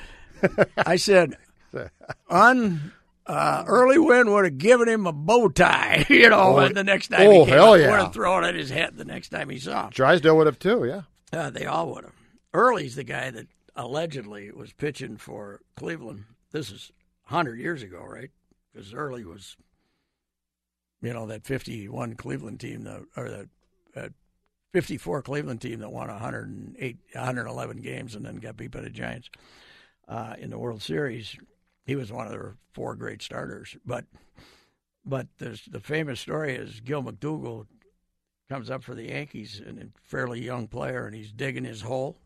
Speaker 2: I said, un. Uh, early Wynn would have given him a bow tie, you know,
Speaker 3: Oh,
Speaker 2: the next time
Speaker 3: oh,
Speaker 2: he came
Speaker 3: hell
Speaker 2: up,
Speaker 3: yeah.
Speaker 2: would have thrown it at his head the next time he saw him.
Speaker 3: Drysdale would have too. Yeah,
Speaker 2: Uh, they all would have. Early's the guy that allegedly was pitching for Cleveland. This is 100 years ago, right? Because Early was, you know, that 51 Cleveland team, that, or that uh, 54 Cleveland team that won 108, 111 games and then got beat by the Giants uh, in the World Series. He was one of their four great starters. But but there's, the famous story is Gil McDougall comes up for the Yankees and a fairly young player, and he's digging his hole,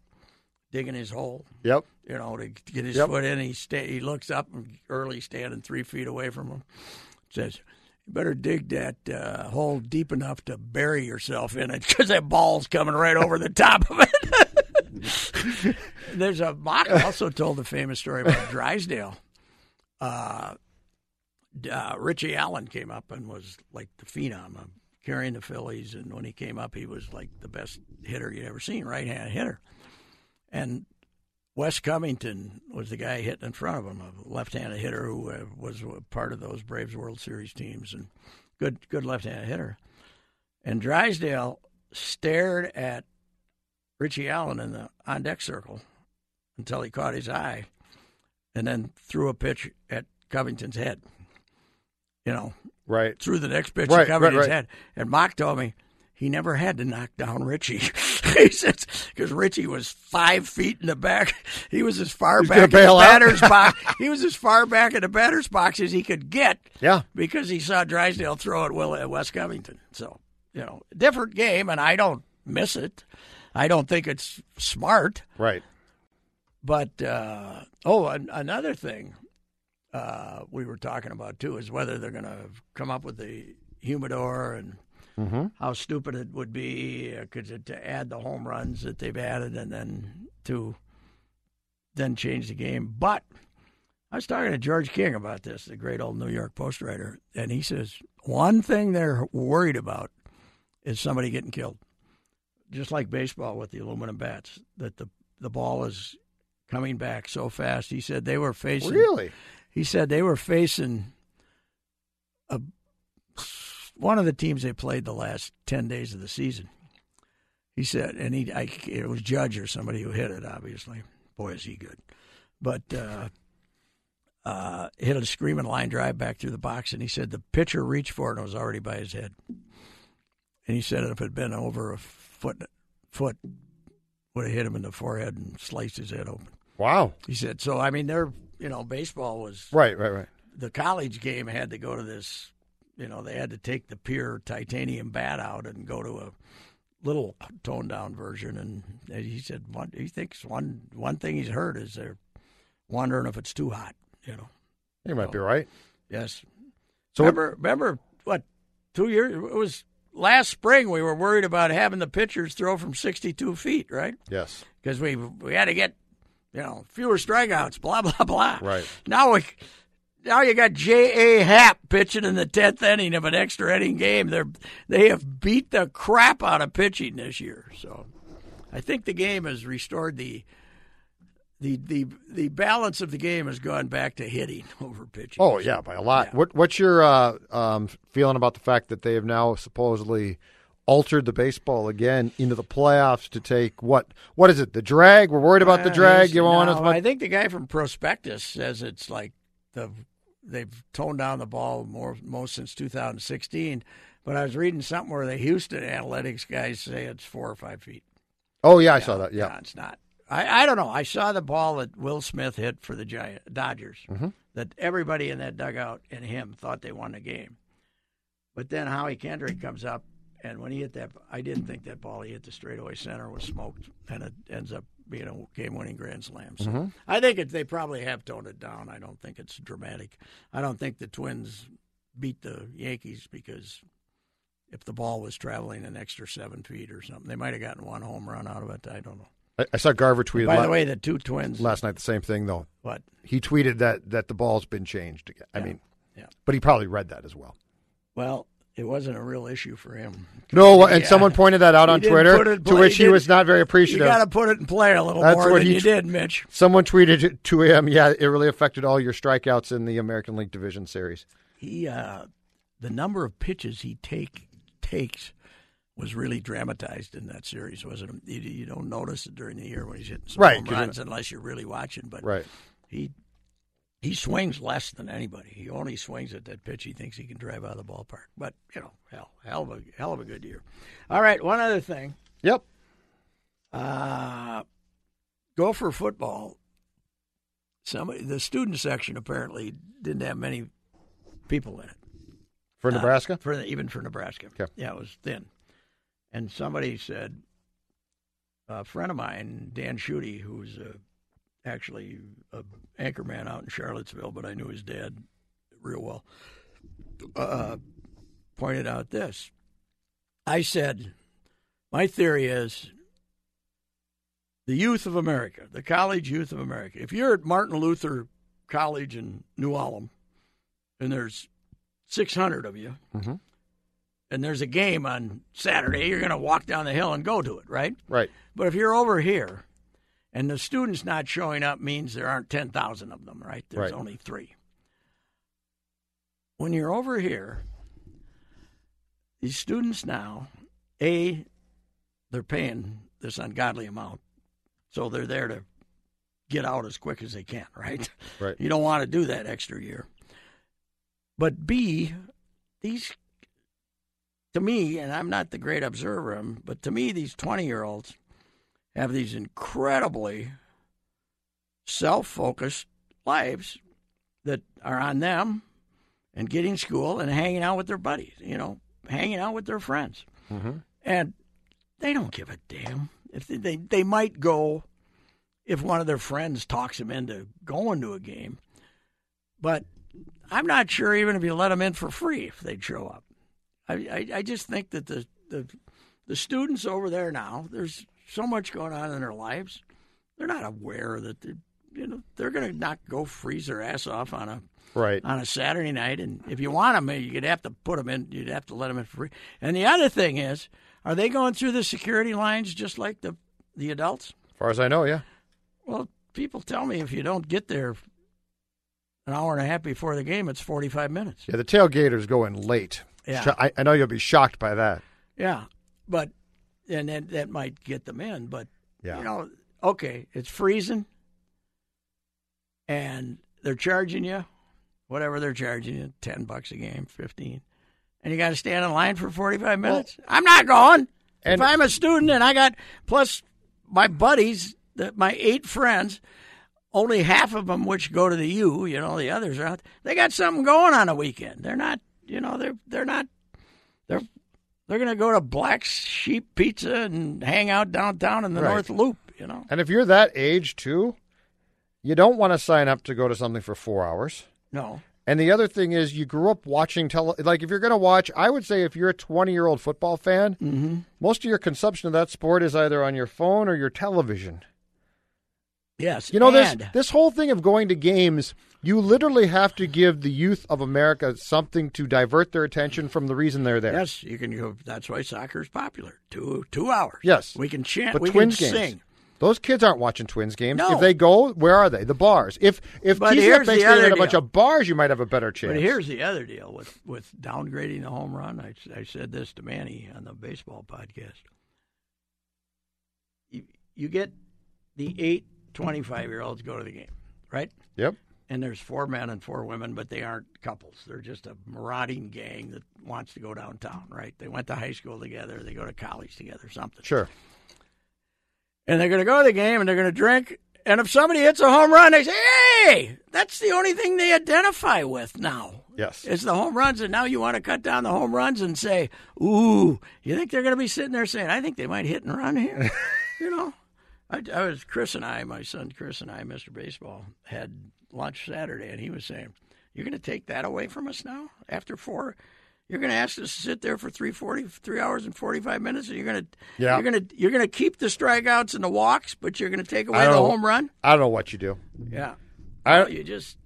Speaker 2: digging his hole,
Speaker 3: yep.
Speaker 2: you know, to get his
Speaker 3: Yep.
Speaker 2: foot in. He sta- he looks up and early standing three feet away from him, says, "You better dig that uh, hole deep enough to bury yourself in it because that ball's coming right over the top of it." There's a mock also told the famous story about Drysdale. uh, Richie Allen came up and was like the phenom of carrying the Phillies. And when he came up, he was like the best hitter you'd ever seen, right hand hitter. And Wes Covington was the guy hitting in front of him, a left-handed hitter who uh, was a part of those Braves World Series teams and good, good left-handed hitter. And Drysdale stared at Richie Allen in the on-deck circle until he caught his eye, and then threw a pitch at Covington's head. You know,
Speaker 3: Right.
Speaker 2: threw the next pitch
Speaker 3: Right,
Speaker 2: and covered
Speaker 3: right,
Speaker 2: his
Speaker 3: right.
Speaker 2: head. And Mock told me he never had to knock down Richie. he says because Richie was five feet in the back. He was as far
Speaker 3: He's
Speaker 2: back
Speaker 3: gonna
Speaker 2: in the
Speaker 3: bail out.
Speaker 2: batter's box. He was as far back in the batter's box as he could get.
Speaker 3: Yeah.
Speaker 2: because he saw Drysdale throw at Will at West Covington. So you know, different game, and I don't miss it. I don't think it's smart.
Speaker 3: Right.
Speaker 2: But uh, oh, an- another thing uh, we were talking about too is whether they're going to come up with the humidor and how stupid it would be uh, 'cause it, to add the home runs that they've added and then to then change the game. But I was talking to George King about this, the great old New York Post writer, and he says one thing they're worried about is somebody getting killed. just like baseball with the aluminum bats, that the the ball is coming back so fast. He said they were facing.
Speaker 3: Really?
Speaker 2: He said they were facing a one of the teams they played the last ten days of the season. He said, and he I, it was Judge or somebody who hit it. Obviously, boy is he good, but. Uh, uh, hit a screaming line drive back through the box, and he said the pitcher reached for it and it was already by his head. And he said if it had been over a foot, foot would have hit him in the forehead and sliced his head open.
Speaker 3: Wow.
Speaker 2: He said so. I mean, they're you know, baseball was
Speaker 3: Right, right, right.
Speaker 2: the college game had to go to this. You know, they had to take the pure titanium bat out and go to a little toned down version. And he said one, he thinks one one thing he's heard is they're wondering if it's too hot. You know.
Speaker 3: You might be right.
Speaker 2: Yes.
Speaker 3: So
Speaker 2: remember, remember what? Two years? It was last spring. We were worried about having the pitchers throw from sixty-two feet, right?
Speaker 3: Yes.
Speaker 2: Because we we had to get you know fewer strikeouts. Blah blah blah.
Speaker 3: Right.
Speaker 2: now we. Now you got J.A. Happ pitching in the tenth inning of an extra inning game. They're they have beat the crap out of pitching this year. So, I think the game has restored the the the the balance of the game has gone back to hitting over pitching.
Speaker 3: Oh yeah, by a lot. What What's your uh, um, feeling about the fact that they have now supposedly altered the baseball again into the playoffs to take what? What is it? The drag? We're worried about the
Speaker 2: Uh,
Speaker 3: drag.
Speaker 2: he's-
Speaker 3: You want
Speaker 2: no,
Speaker 3: as
Speaker 2: I
Speaker 3: much?
Speaker 2: think the guy from Prospectus says it's like the they've toned down the ball more most since 2016. But I was reading something where the Houston analytics guys say it's four or five feet.
Speaker 3: Oh yeah, I saw that. Yeah.
Speaker 2: No, it's not. I, I don't know. I saw the ball that Will Smith hit for the Giant Dodgers that everybody in that dugout and him thought they won the game. But then Howie Kendrick comes up, and when he hit that, I didn't think that ball he hit the straightaway center was smoked, and it ends up being a game-winning grand slam. So I think it, they probably have toned it down. I don't think it's dramatic. I don't think the Twins beat the Yankees because if the ball was traveling an extra seven feet or something. They might have gotten one home run out of it. I don't know.
Speaker 3: I, I saw Garver tweeted
Speaker 2: By
Speaker 3: la-
Speaker 2: the way, the two twins.
Speaker 3: last night the same thing though.
Speaker 2: What?
Speaker 3: He tweeted that that the ball's been changed. again. I
Speaker 2: Yeah.
Speaker 3: mean,
Speaker 2: Yeah.
Speaker 3: but he probably read that as well.
Speaker 2: Well, it wasn't a real issue for him.
Speaker 3: No, and
Speaker 2: Yeah.
Speaker 3: someone pointed that out
Speaker 2: He
Speaker 3: on
Speaker 2: didn't
Speaker 3: Twitter,
Speaker 2: put it-
Speaker 3: to which he
Speaker 2: didn't-
Speaker 3: was not very appreciative.
Speaker 2: You got to put it in play a little
Speaker 3: That's
Speaker 2: more
Speaker 3: what
Speaker 2: than
Speaker 3: he
Speaker 2: you
Speaker 3: tr-
Speaker 2: did, Mitch.
Speaker 3: Someone tweeted it to him, yeah, it really affected all your strikeouts in the American League Division Series.
Speaker 2: He, uh, the number of pitches he take takes was really dramatized in that series, wasn't it? You, you don't notice it during the year when he's hitting some
Speaker 3: Right,
Speaker 2: home
Speaker 3: 'cause you're
Speaker 2: runs unless you're really watching. But
Speaker 3: Right.
Speaker 2: he he swings less than anybody. He only swings at that pitch he thinks he can drive out of the ballpark. But you know, hell, hell of a hell of a good year. All right, one other thing.
Speaker 3: Yep.
Speaker 2: Uh, Gopher football. Somebody, the student section apparently didn't have many people in it
Speaker 3: For Nebraska?
Speaker 2: for even for Nebraska.
Speaker 3: Okay.
Speaker 2: Yeah, it was thin. And somebody said, a friend of mine, Dan Schutte, who's uh actually a anchorman out in Charlottesville, but I knew his dad real well, uh, pointed out this. I said, my theory is the youth of America, the college youth of America. If you're at Martin Luther College in New Orleans, and there's 600 of you, and there's a game on Saturday, you're going to walk down the hill and go to it, right?
Speaker 3: Right.
Speaker 2: But if you're over here and the students not showing up means there aren't 10,000 of them, right? There's
Speaker 3: Right.
Speaker 2: only three. When you're over here, these students now, A, they're paying this ungodly amount. So they're there to get out as quick as they can, right?
Speaker 3: Right.
Speaker 2: You don't want to do that extra year. But B, these to me, and I'm not the great observer, um, but to me, these 20 year olds have these incredibly self focused lives that are on them and getting school and hanging out with their buddies, you know, hanging out with their friends. And they don't give a damn. If they, they, they might go if one of their friends talks them into going to a game, but I'm not sure even if you let them in for free if they'd show up. I, I, I just think that the, the the students over there now, there's so much going on in their lives. They're not aware that they, you know they're going to not go freeze their ass off on a
Speaker 3: Right.
Speaker 2: on a Saturday night, and if you want them, you'd have to put them in. You'd have to let them in for free. And the other thing is, Are they going through the security lines just like the the adults?
Speaker 3: As far as I know, yeah.
Speaker 2: Well, people tell me if you don't get there an hour and a half before the game, it's 45 minutes.
Speaker 3: Yeah, the tailgaters go in late.
Speaker 2: Yeah.
Speaker 3: Sho- I, I know you'll be shocked by that.
Speaker 2: Yeah, but and then that might get them in. But
Speaker 3: Yeah.
Speaker 2: you know, okay, it's freezing, and they're charging you whatever they're charging you ten bucks a game, fifteen, and you got to stand in line for forty five minutes. I'm not going. if
Speaker 3: and-
Speaker 2: I'm a student and I got plus my buddies, that my eight friends. Only half of them, which go to the U, you know, the others are out. They got something going on a weekend. They're not, you know, they're they're not they're they're going to go to Black's Sheep Pizza and hang out downtown in the
Speaker 3: Right.
Speaker 2: North Loop. You know,
Speaker 3: And if you're that age too, you don't want to sign up to go to something for four hours.
Speaker 2: no,
Speaker 3: And the other thing is, you grew up watching tele. Like, if you're going to watch, I would say if you're a 20 year old football fan,
Speaker 2: Mm-hmm.
Speaker 3: most of your consumption of that sport is either on your phone or your television.
Speaker 2: yes,
Speaker 3: You know, this
Speaker 2: and-
Speaker 3: this whole thing of going to games, you literally have to give the youth of America something to divert their attention from the reason they're there.
Speaker 2: Yes, you can go. That's why soccer is popular. Two two hours.
Speaker 3: Yes.
Speaker 2: we can chant.
Speaker 3: But
Speaker 2: we
Speaker 3: Twins
Speaker 2: can
Speaker 3: games.
Speaker 2: sing.
Speaker 3: Those kids aren't watching Twins games.
Speaker 2: No.
Speaker 3: If they go, where are they? The bars. If if
Speaker 2: But
Speaker 3: TCF
Speaker 2: here's the
Speaker 3: makes it in
Speaker 2: other
Speaker 3: a bunch
Speaker 2: deal.
Speaker 3: of bars, you might have a better chance.
Speaker 2: But here's the other deal with with downgrading the home run. I, I said this to Manny on the baseball podcast. You, you get the eight 25 year olds go to the game, right?
Speaker 3: Yep.
Speaker 2: and there's four men and four women, but they aren't couples. They're just a marauding gang that wants to go downtown, right? They went to high school together, they go to college together, something.
Speaker 3: Sure.
Speaker 2: And they're going to go to the game and they're going to drink. And if somebody hits a home run, they say, hey, that's the only thing they identify with now.
Speaker 3: Yes.
Speaker 2: It's the home runs. And now you want to cut down the home runs and say, ooh, you think they're going to be sitting there saying, I think they might hit and run here? you know? I, I was Chris and I, my son Chris and I, Mr. Baseball, had lunch Saturday, and he was saying, "You're going to take that away from us now after four? You're going to ask us to sit there for three forty, three hours and forty five minutes, and you're going to,
Speaker 3: Yeah.
Speaker 2: you're going to, you're going to keep the strikeouts and the walks, but you're going to take away
Speaker 3: I
Speaker 2: the
Speaker 3: don't-
Speaker 2: home run?
Speaker 3: I don't know what you do.
Speaker 2: Yeah,
Speaker 3: I
Speaker 2: you just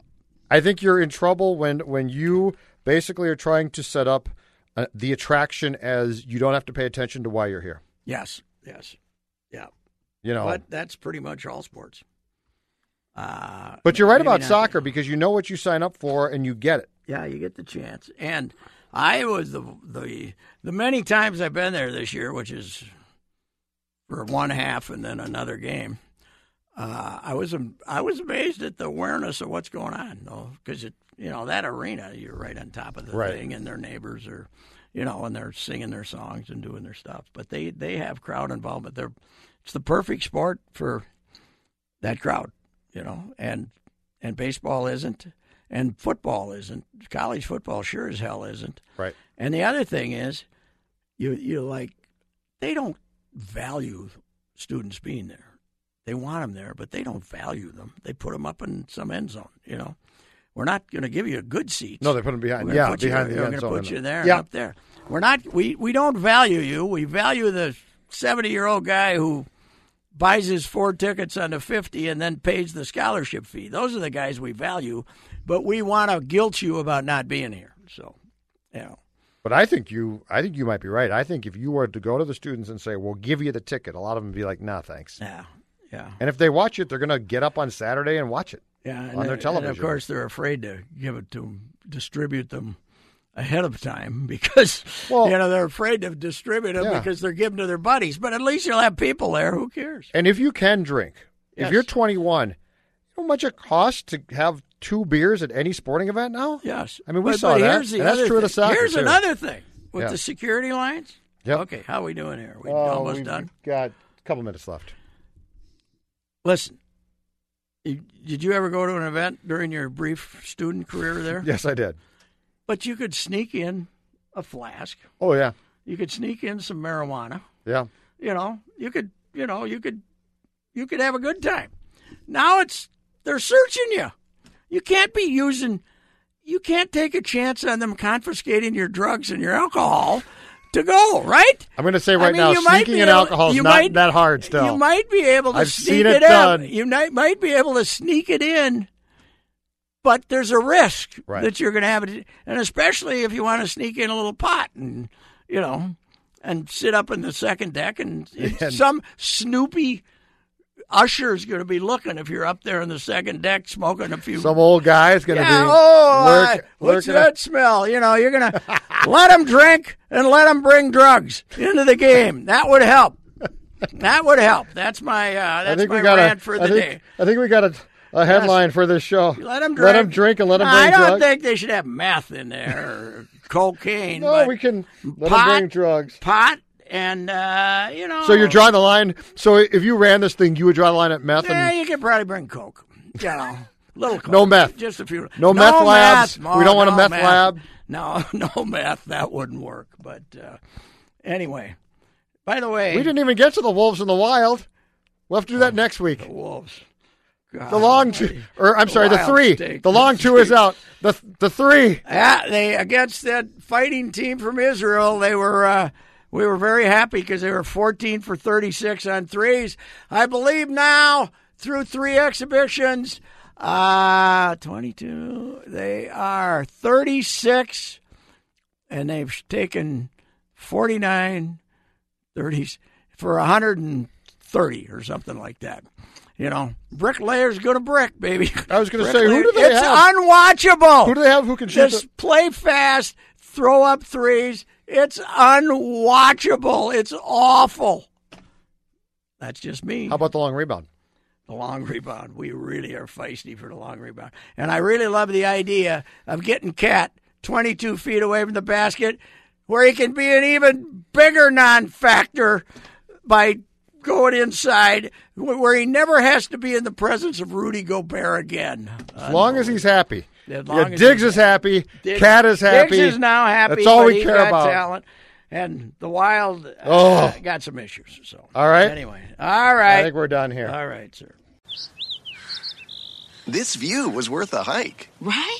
Speaker 3: I think you're in trouble when when you basically are trying to set up uh, the attraction as you don't have to pay attention to why you're here.
Speaker 2: yes, yes, yeah.
Speaker 3: You know.
Speaker 2: But that's pretty much all sports. Uh,
Speaker 3: But you're right about
Speaker 2: maybe not-
Speaker 3: soccer because you know what you sign up for and you get it.
Speaker 2: Yeah, you get the chance. And I was the the the many times I've been there this year, which is for one half and then another game. Uh, I was am- I was amazed at the awareness of what's going on, though, because it you know that arena you're right on top of the
Speaker 3: Right.
Speaker 2: thing, and their neighbors are, you know, and they're singing their songs and doing their stuff. But they they have crowd involvement. They're it's the perfect sport for that crowd, you know, and and baseball isn't, and football isn't, college football sure as hell isn't.
Speaker 3: Right.
Speaker 2: And the other thing is, you you like, they don't value students being there. They want them there, but they don't value them. They put them up in some end zone. You know, we're not going to give you a good seat.
Speaker 3: No, they put them behind.
Speaker 2: We're gonna
Speaker 3: yeah,
Speaker 2: put you-
Speaker 3: behind the
Speaker 2: we're
Speaker 3: end
Speaker 2: gonna
Speaker 3: zone.
Speaker 2: put you there, and
Speaker 3: Yeah.
Speaker 2: up there. We're not. We we don't value you. We value the seventy-year-old guy who buys his four tickets on the fifty and then pays the scholarship fee. Those are the guys we value, but we want to guilt you about not being here. So, you know,
Speaker 3: But I think you, I think you might be right. I think if you were to go to the students and say, "We'll give you the ticket," a lot of them would be like, "Nah, thanks."
Speaker 2: yeah, yeah.
Speaker 3: And if they watch it, they're going to get up on Saturday and watch it.
Speaker 2: Yeah, and
Speaker 3: on
Speaker 2: they-
Speaker 3: their
Speaker 2: And
Speaker 3: television.
Speaker 2: of course, they're afraid to give it to 'em, distribute them ahead of time because
Speaker 3: Well-
Speaker 2: you know they're afraid to distribute them
Speaker 3: Yeah.
Speaker 2: because they're giving to their buddies. But at least you'll have people there. Who cares?
Speaker 3: And if you can drink, if
Speaker 2: Yes.
Speaker 3: you're 21, you know how much it costs to have two beers at any sporting event now?
Speaker 2: Yes.
Speaker 3: I mean, we
Speaker 2: But-
Speaker 3: saw
Speaker 2: but
Speaker 3: that,
Speaker 2: Here's the
Speaker 3: and that's
Speaker 2: other
Speaker 3: true of the
Speaker 2: thing.
Speaker 3: soccer,
Speaker 2: Here's
Speaker 3: too.
Speaker 2: another thing with
Speaker 3: Yeah.
Speaker 2: the security lines.
Speaker 3: Yep.
Speaker 2: Okay, how we doing here? We
Speaker 3: Oh,
Speaker 2: almost
Speaker 3: we've
Speaker 2: done.
Speaker 3: Got a couple minutes left.
Speaker 2: Listen, you- did you ever go to an event during your brief student career there?
Speaker 3: Yes, I did.
Speaker 2: But you could sneak in a flask.
Speaker 3: Oh yeah,
Speaker 2: You could sneak in some marijuana.
Speaker 3: yeah.
Speaker 2: you know you could you know you could you could have a good time now it's they're searching you you can't be using you can't take a chance on them confiscating your drugs and your alcohol to go right
Speaker 3: I'm going to say right
Speaker 2: I mean,
Speaker 3: now,
Speaker 2: you might
Speaker 3: sneaking
Speaker 2: be
Speaker 3: in
Speaker 2: able-
Speaker 3: alcohol is
Speaker 2: you
Speaker 3: not
Speaker 2: might-
Speaker 3: that hard. Still,
Speaker 2: you might be able to
Speaker 3: I've
Speaker 2: sneak
Speaker 3: seen
Speaker 2: it,
Speaker 3: it
Speaker 2: in
Speaker 3: done.
Speaker 2: you might, might be able to sneak it in but there's a risk
Speaker 3: Right.
Speaker 2: that you're going to have it and especially if you want to sneak in a little pot and you know and sit up in the second deck, and it's-
Speaker 3: And-
Speaker 2: some Snoopy usher's going to be looking if you're up there in the second deck smoking a few.
Speaker 3: Some old guy is going to
Speaker 2: yeah,
Speaker 3: be.
Speaker 2: oh, uh,
Speaker 3: lurk-
Speaker 2: what's
Speaker 3: lurking up-
Speaker 2: that smell? You know, you're going to let them drink and let them bring drugs into the game. That would help. That would help. That's my uh,
Speaker 3: I
Speaker 2: that's
Speaker 3: think
Speaker 2: my
Speaker 3: we got
Speaker 2: rant
Speaker 3: a.
Speaker 2: for the
Speaker 3: I think,
Speaker 2: day.
Speaker 3: I think we got a, a headline for this show.
Speaker 2: Let them drink.
Speaker 3: Let them drink and let them
Speaker 2: No,
Speaker 3: bring
Speaker 2: I don't
Speaker 3: drugs.
Speaker 2: think they should have meth in there or cocaine.
Speaker 3: no,
Speaker 2: but
Speaker 3: we can let
Speaker 2: pot-
Speaker 3: them bring drugs.
Speaker 2: pot and uh, you know.
Speaker 3: So you're drawing the line. So if you ran this thing, you would draw the line at meth
Speaker 2: Yeah,
Speaker 3: and
Speaker 2: you could probably bring coke. You know, little coke.
Speaker 3: No meth.
Speaker 2: Just a few.
Speaker 3: No meth labs.
Speaker 2: Mo,
Speaker 3: We don't want a
Speaker 2: no
Speaker 3: meth lab.
Speaker 2: No, no meth. That wouldn't work. But uh, anyway, by the way,
Speaker 3: we didn't even get to the wolves in the wild. We'll have to do that next week.
Speaker 2: wolves.
Speaker 3: The long, two, or I'm sorry, the
Speaker 2: Wild
Speaker 3: three.
Speaker 2: steak.
Speaker 3: The long two is out. The the three.
Speaker 2: Yeah, they against that fighting team from Israel. They were uh, we were very happy because they were 14 for 36 on threes. I believe now through three exhibitions, uh 22. They are 36, and they've taken 49, 30s for 130 or something like that. You know, bricklayers go to brick, baby.
Speaker 3: I was gonna say, who do
Speaker 2: Bricklayer-
Speaker 3: they
Speaker 2: it's
Speaker 3: have?
Speaker 2: unwatchable.
Speaker 3: Who do they have who can shoot?
Speaker 2: Just
Speaker 3: the-
Speaker 2: play fast, throw up threes. It's unwatchable. It's awful. That's just me.
Speaker 3: How about the long rebound?
Speaker 2: the long rebound? We really are feisty for the long rebound. And I really love the idea of getting Cat 22 feet away from the basket where he can be an even bigger non factor by going inside wh- where he never has to be in the presence of Rudy Gobert again. Uh,
Speaker 3: As long as he's happy.
Speaker 2: As
Speaker 3: Yeah,
Speaker 2: long as
Speaker 3: Diggs
Speaker 2: he's
Speaker 3: is happy.
Speaker 2: Diggs-
Speaker 3: Cat is happy.
Speaker 2: Diggs is now happy.
Speaker 3: That's all
Speaker 2: but
Speaker 3: we
Speaker 2: he's
Speaker 3: care
Speaker 2: got
Speaker 3: about.
Speaker 2: Talent. And the Wild uh,
Speaker 3: Oh.
Speaker 2: got some issues. So
Speaker 3: All right.
Speaker 2: Anyway, all
Speaker 3: I
Speaker 2: right,
Speaker 3: think we're done here.
Speaker 2: all right, sir.
Speaker 5: This view was worth a hike.
Speaker 6: Right?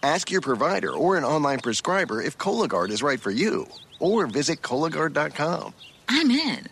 Speaker 5: Ask your provider or an online prescriber if Cologuard is right for you, or visit Cologuard.com.
Speaker 6: I'm in.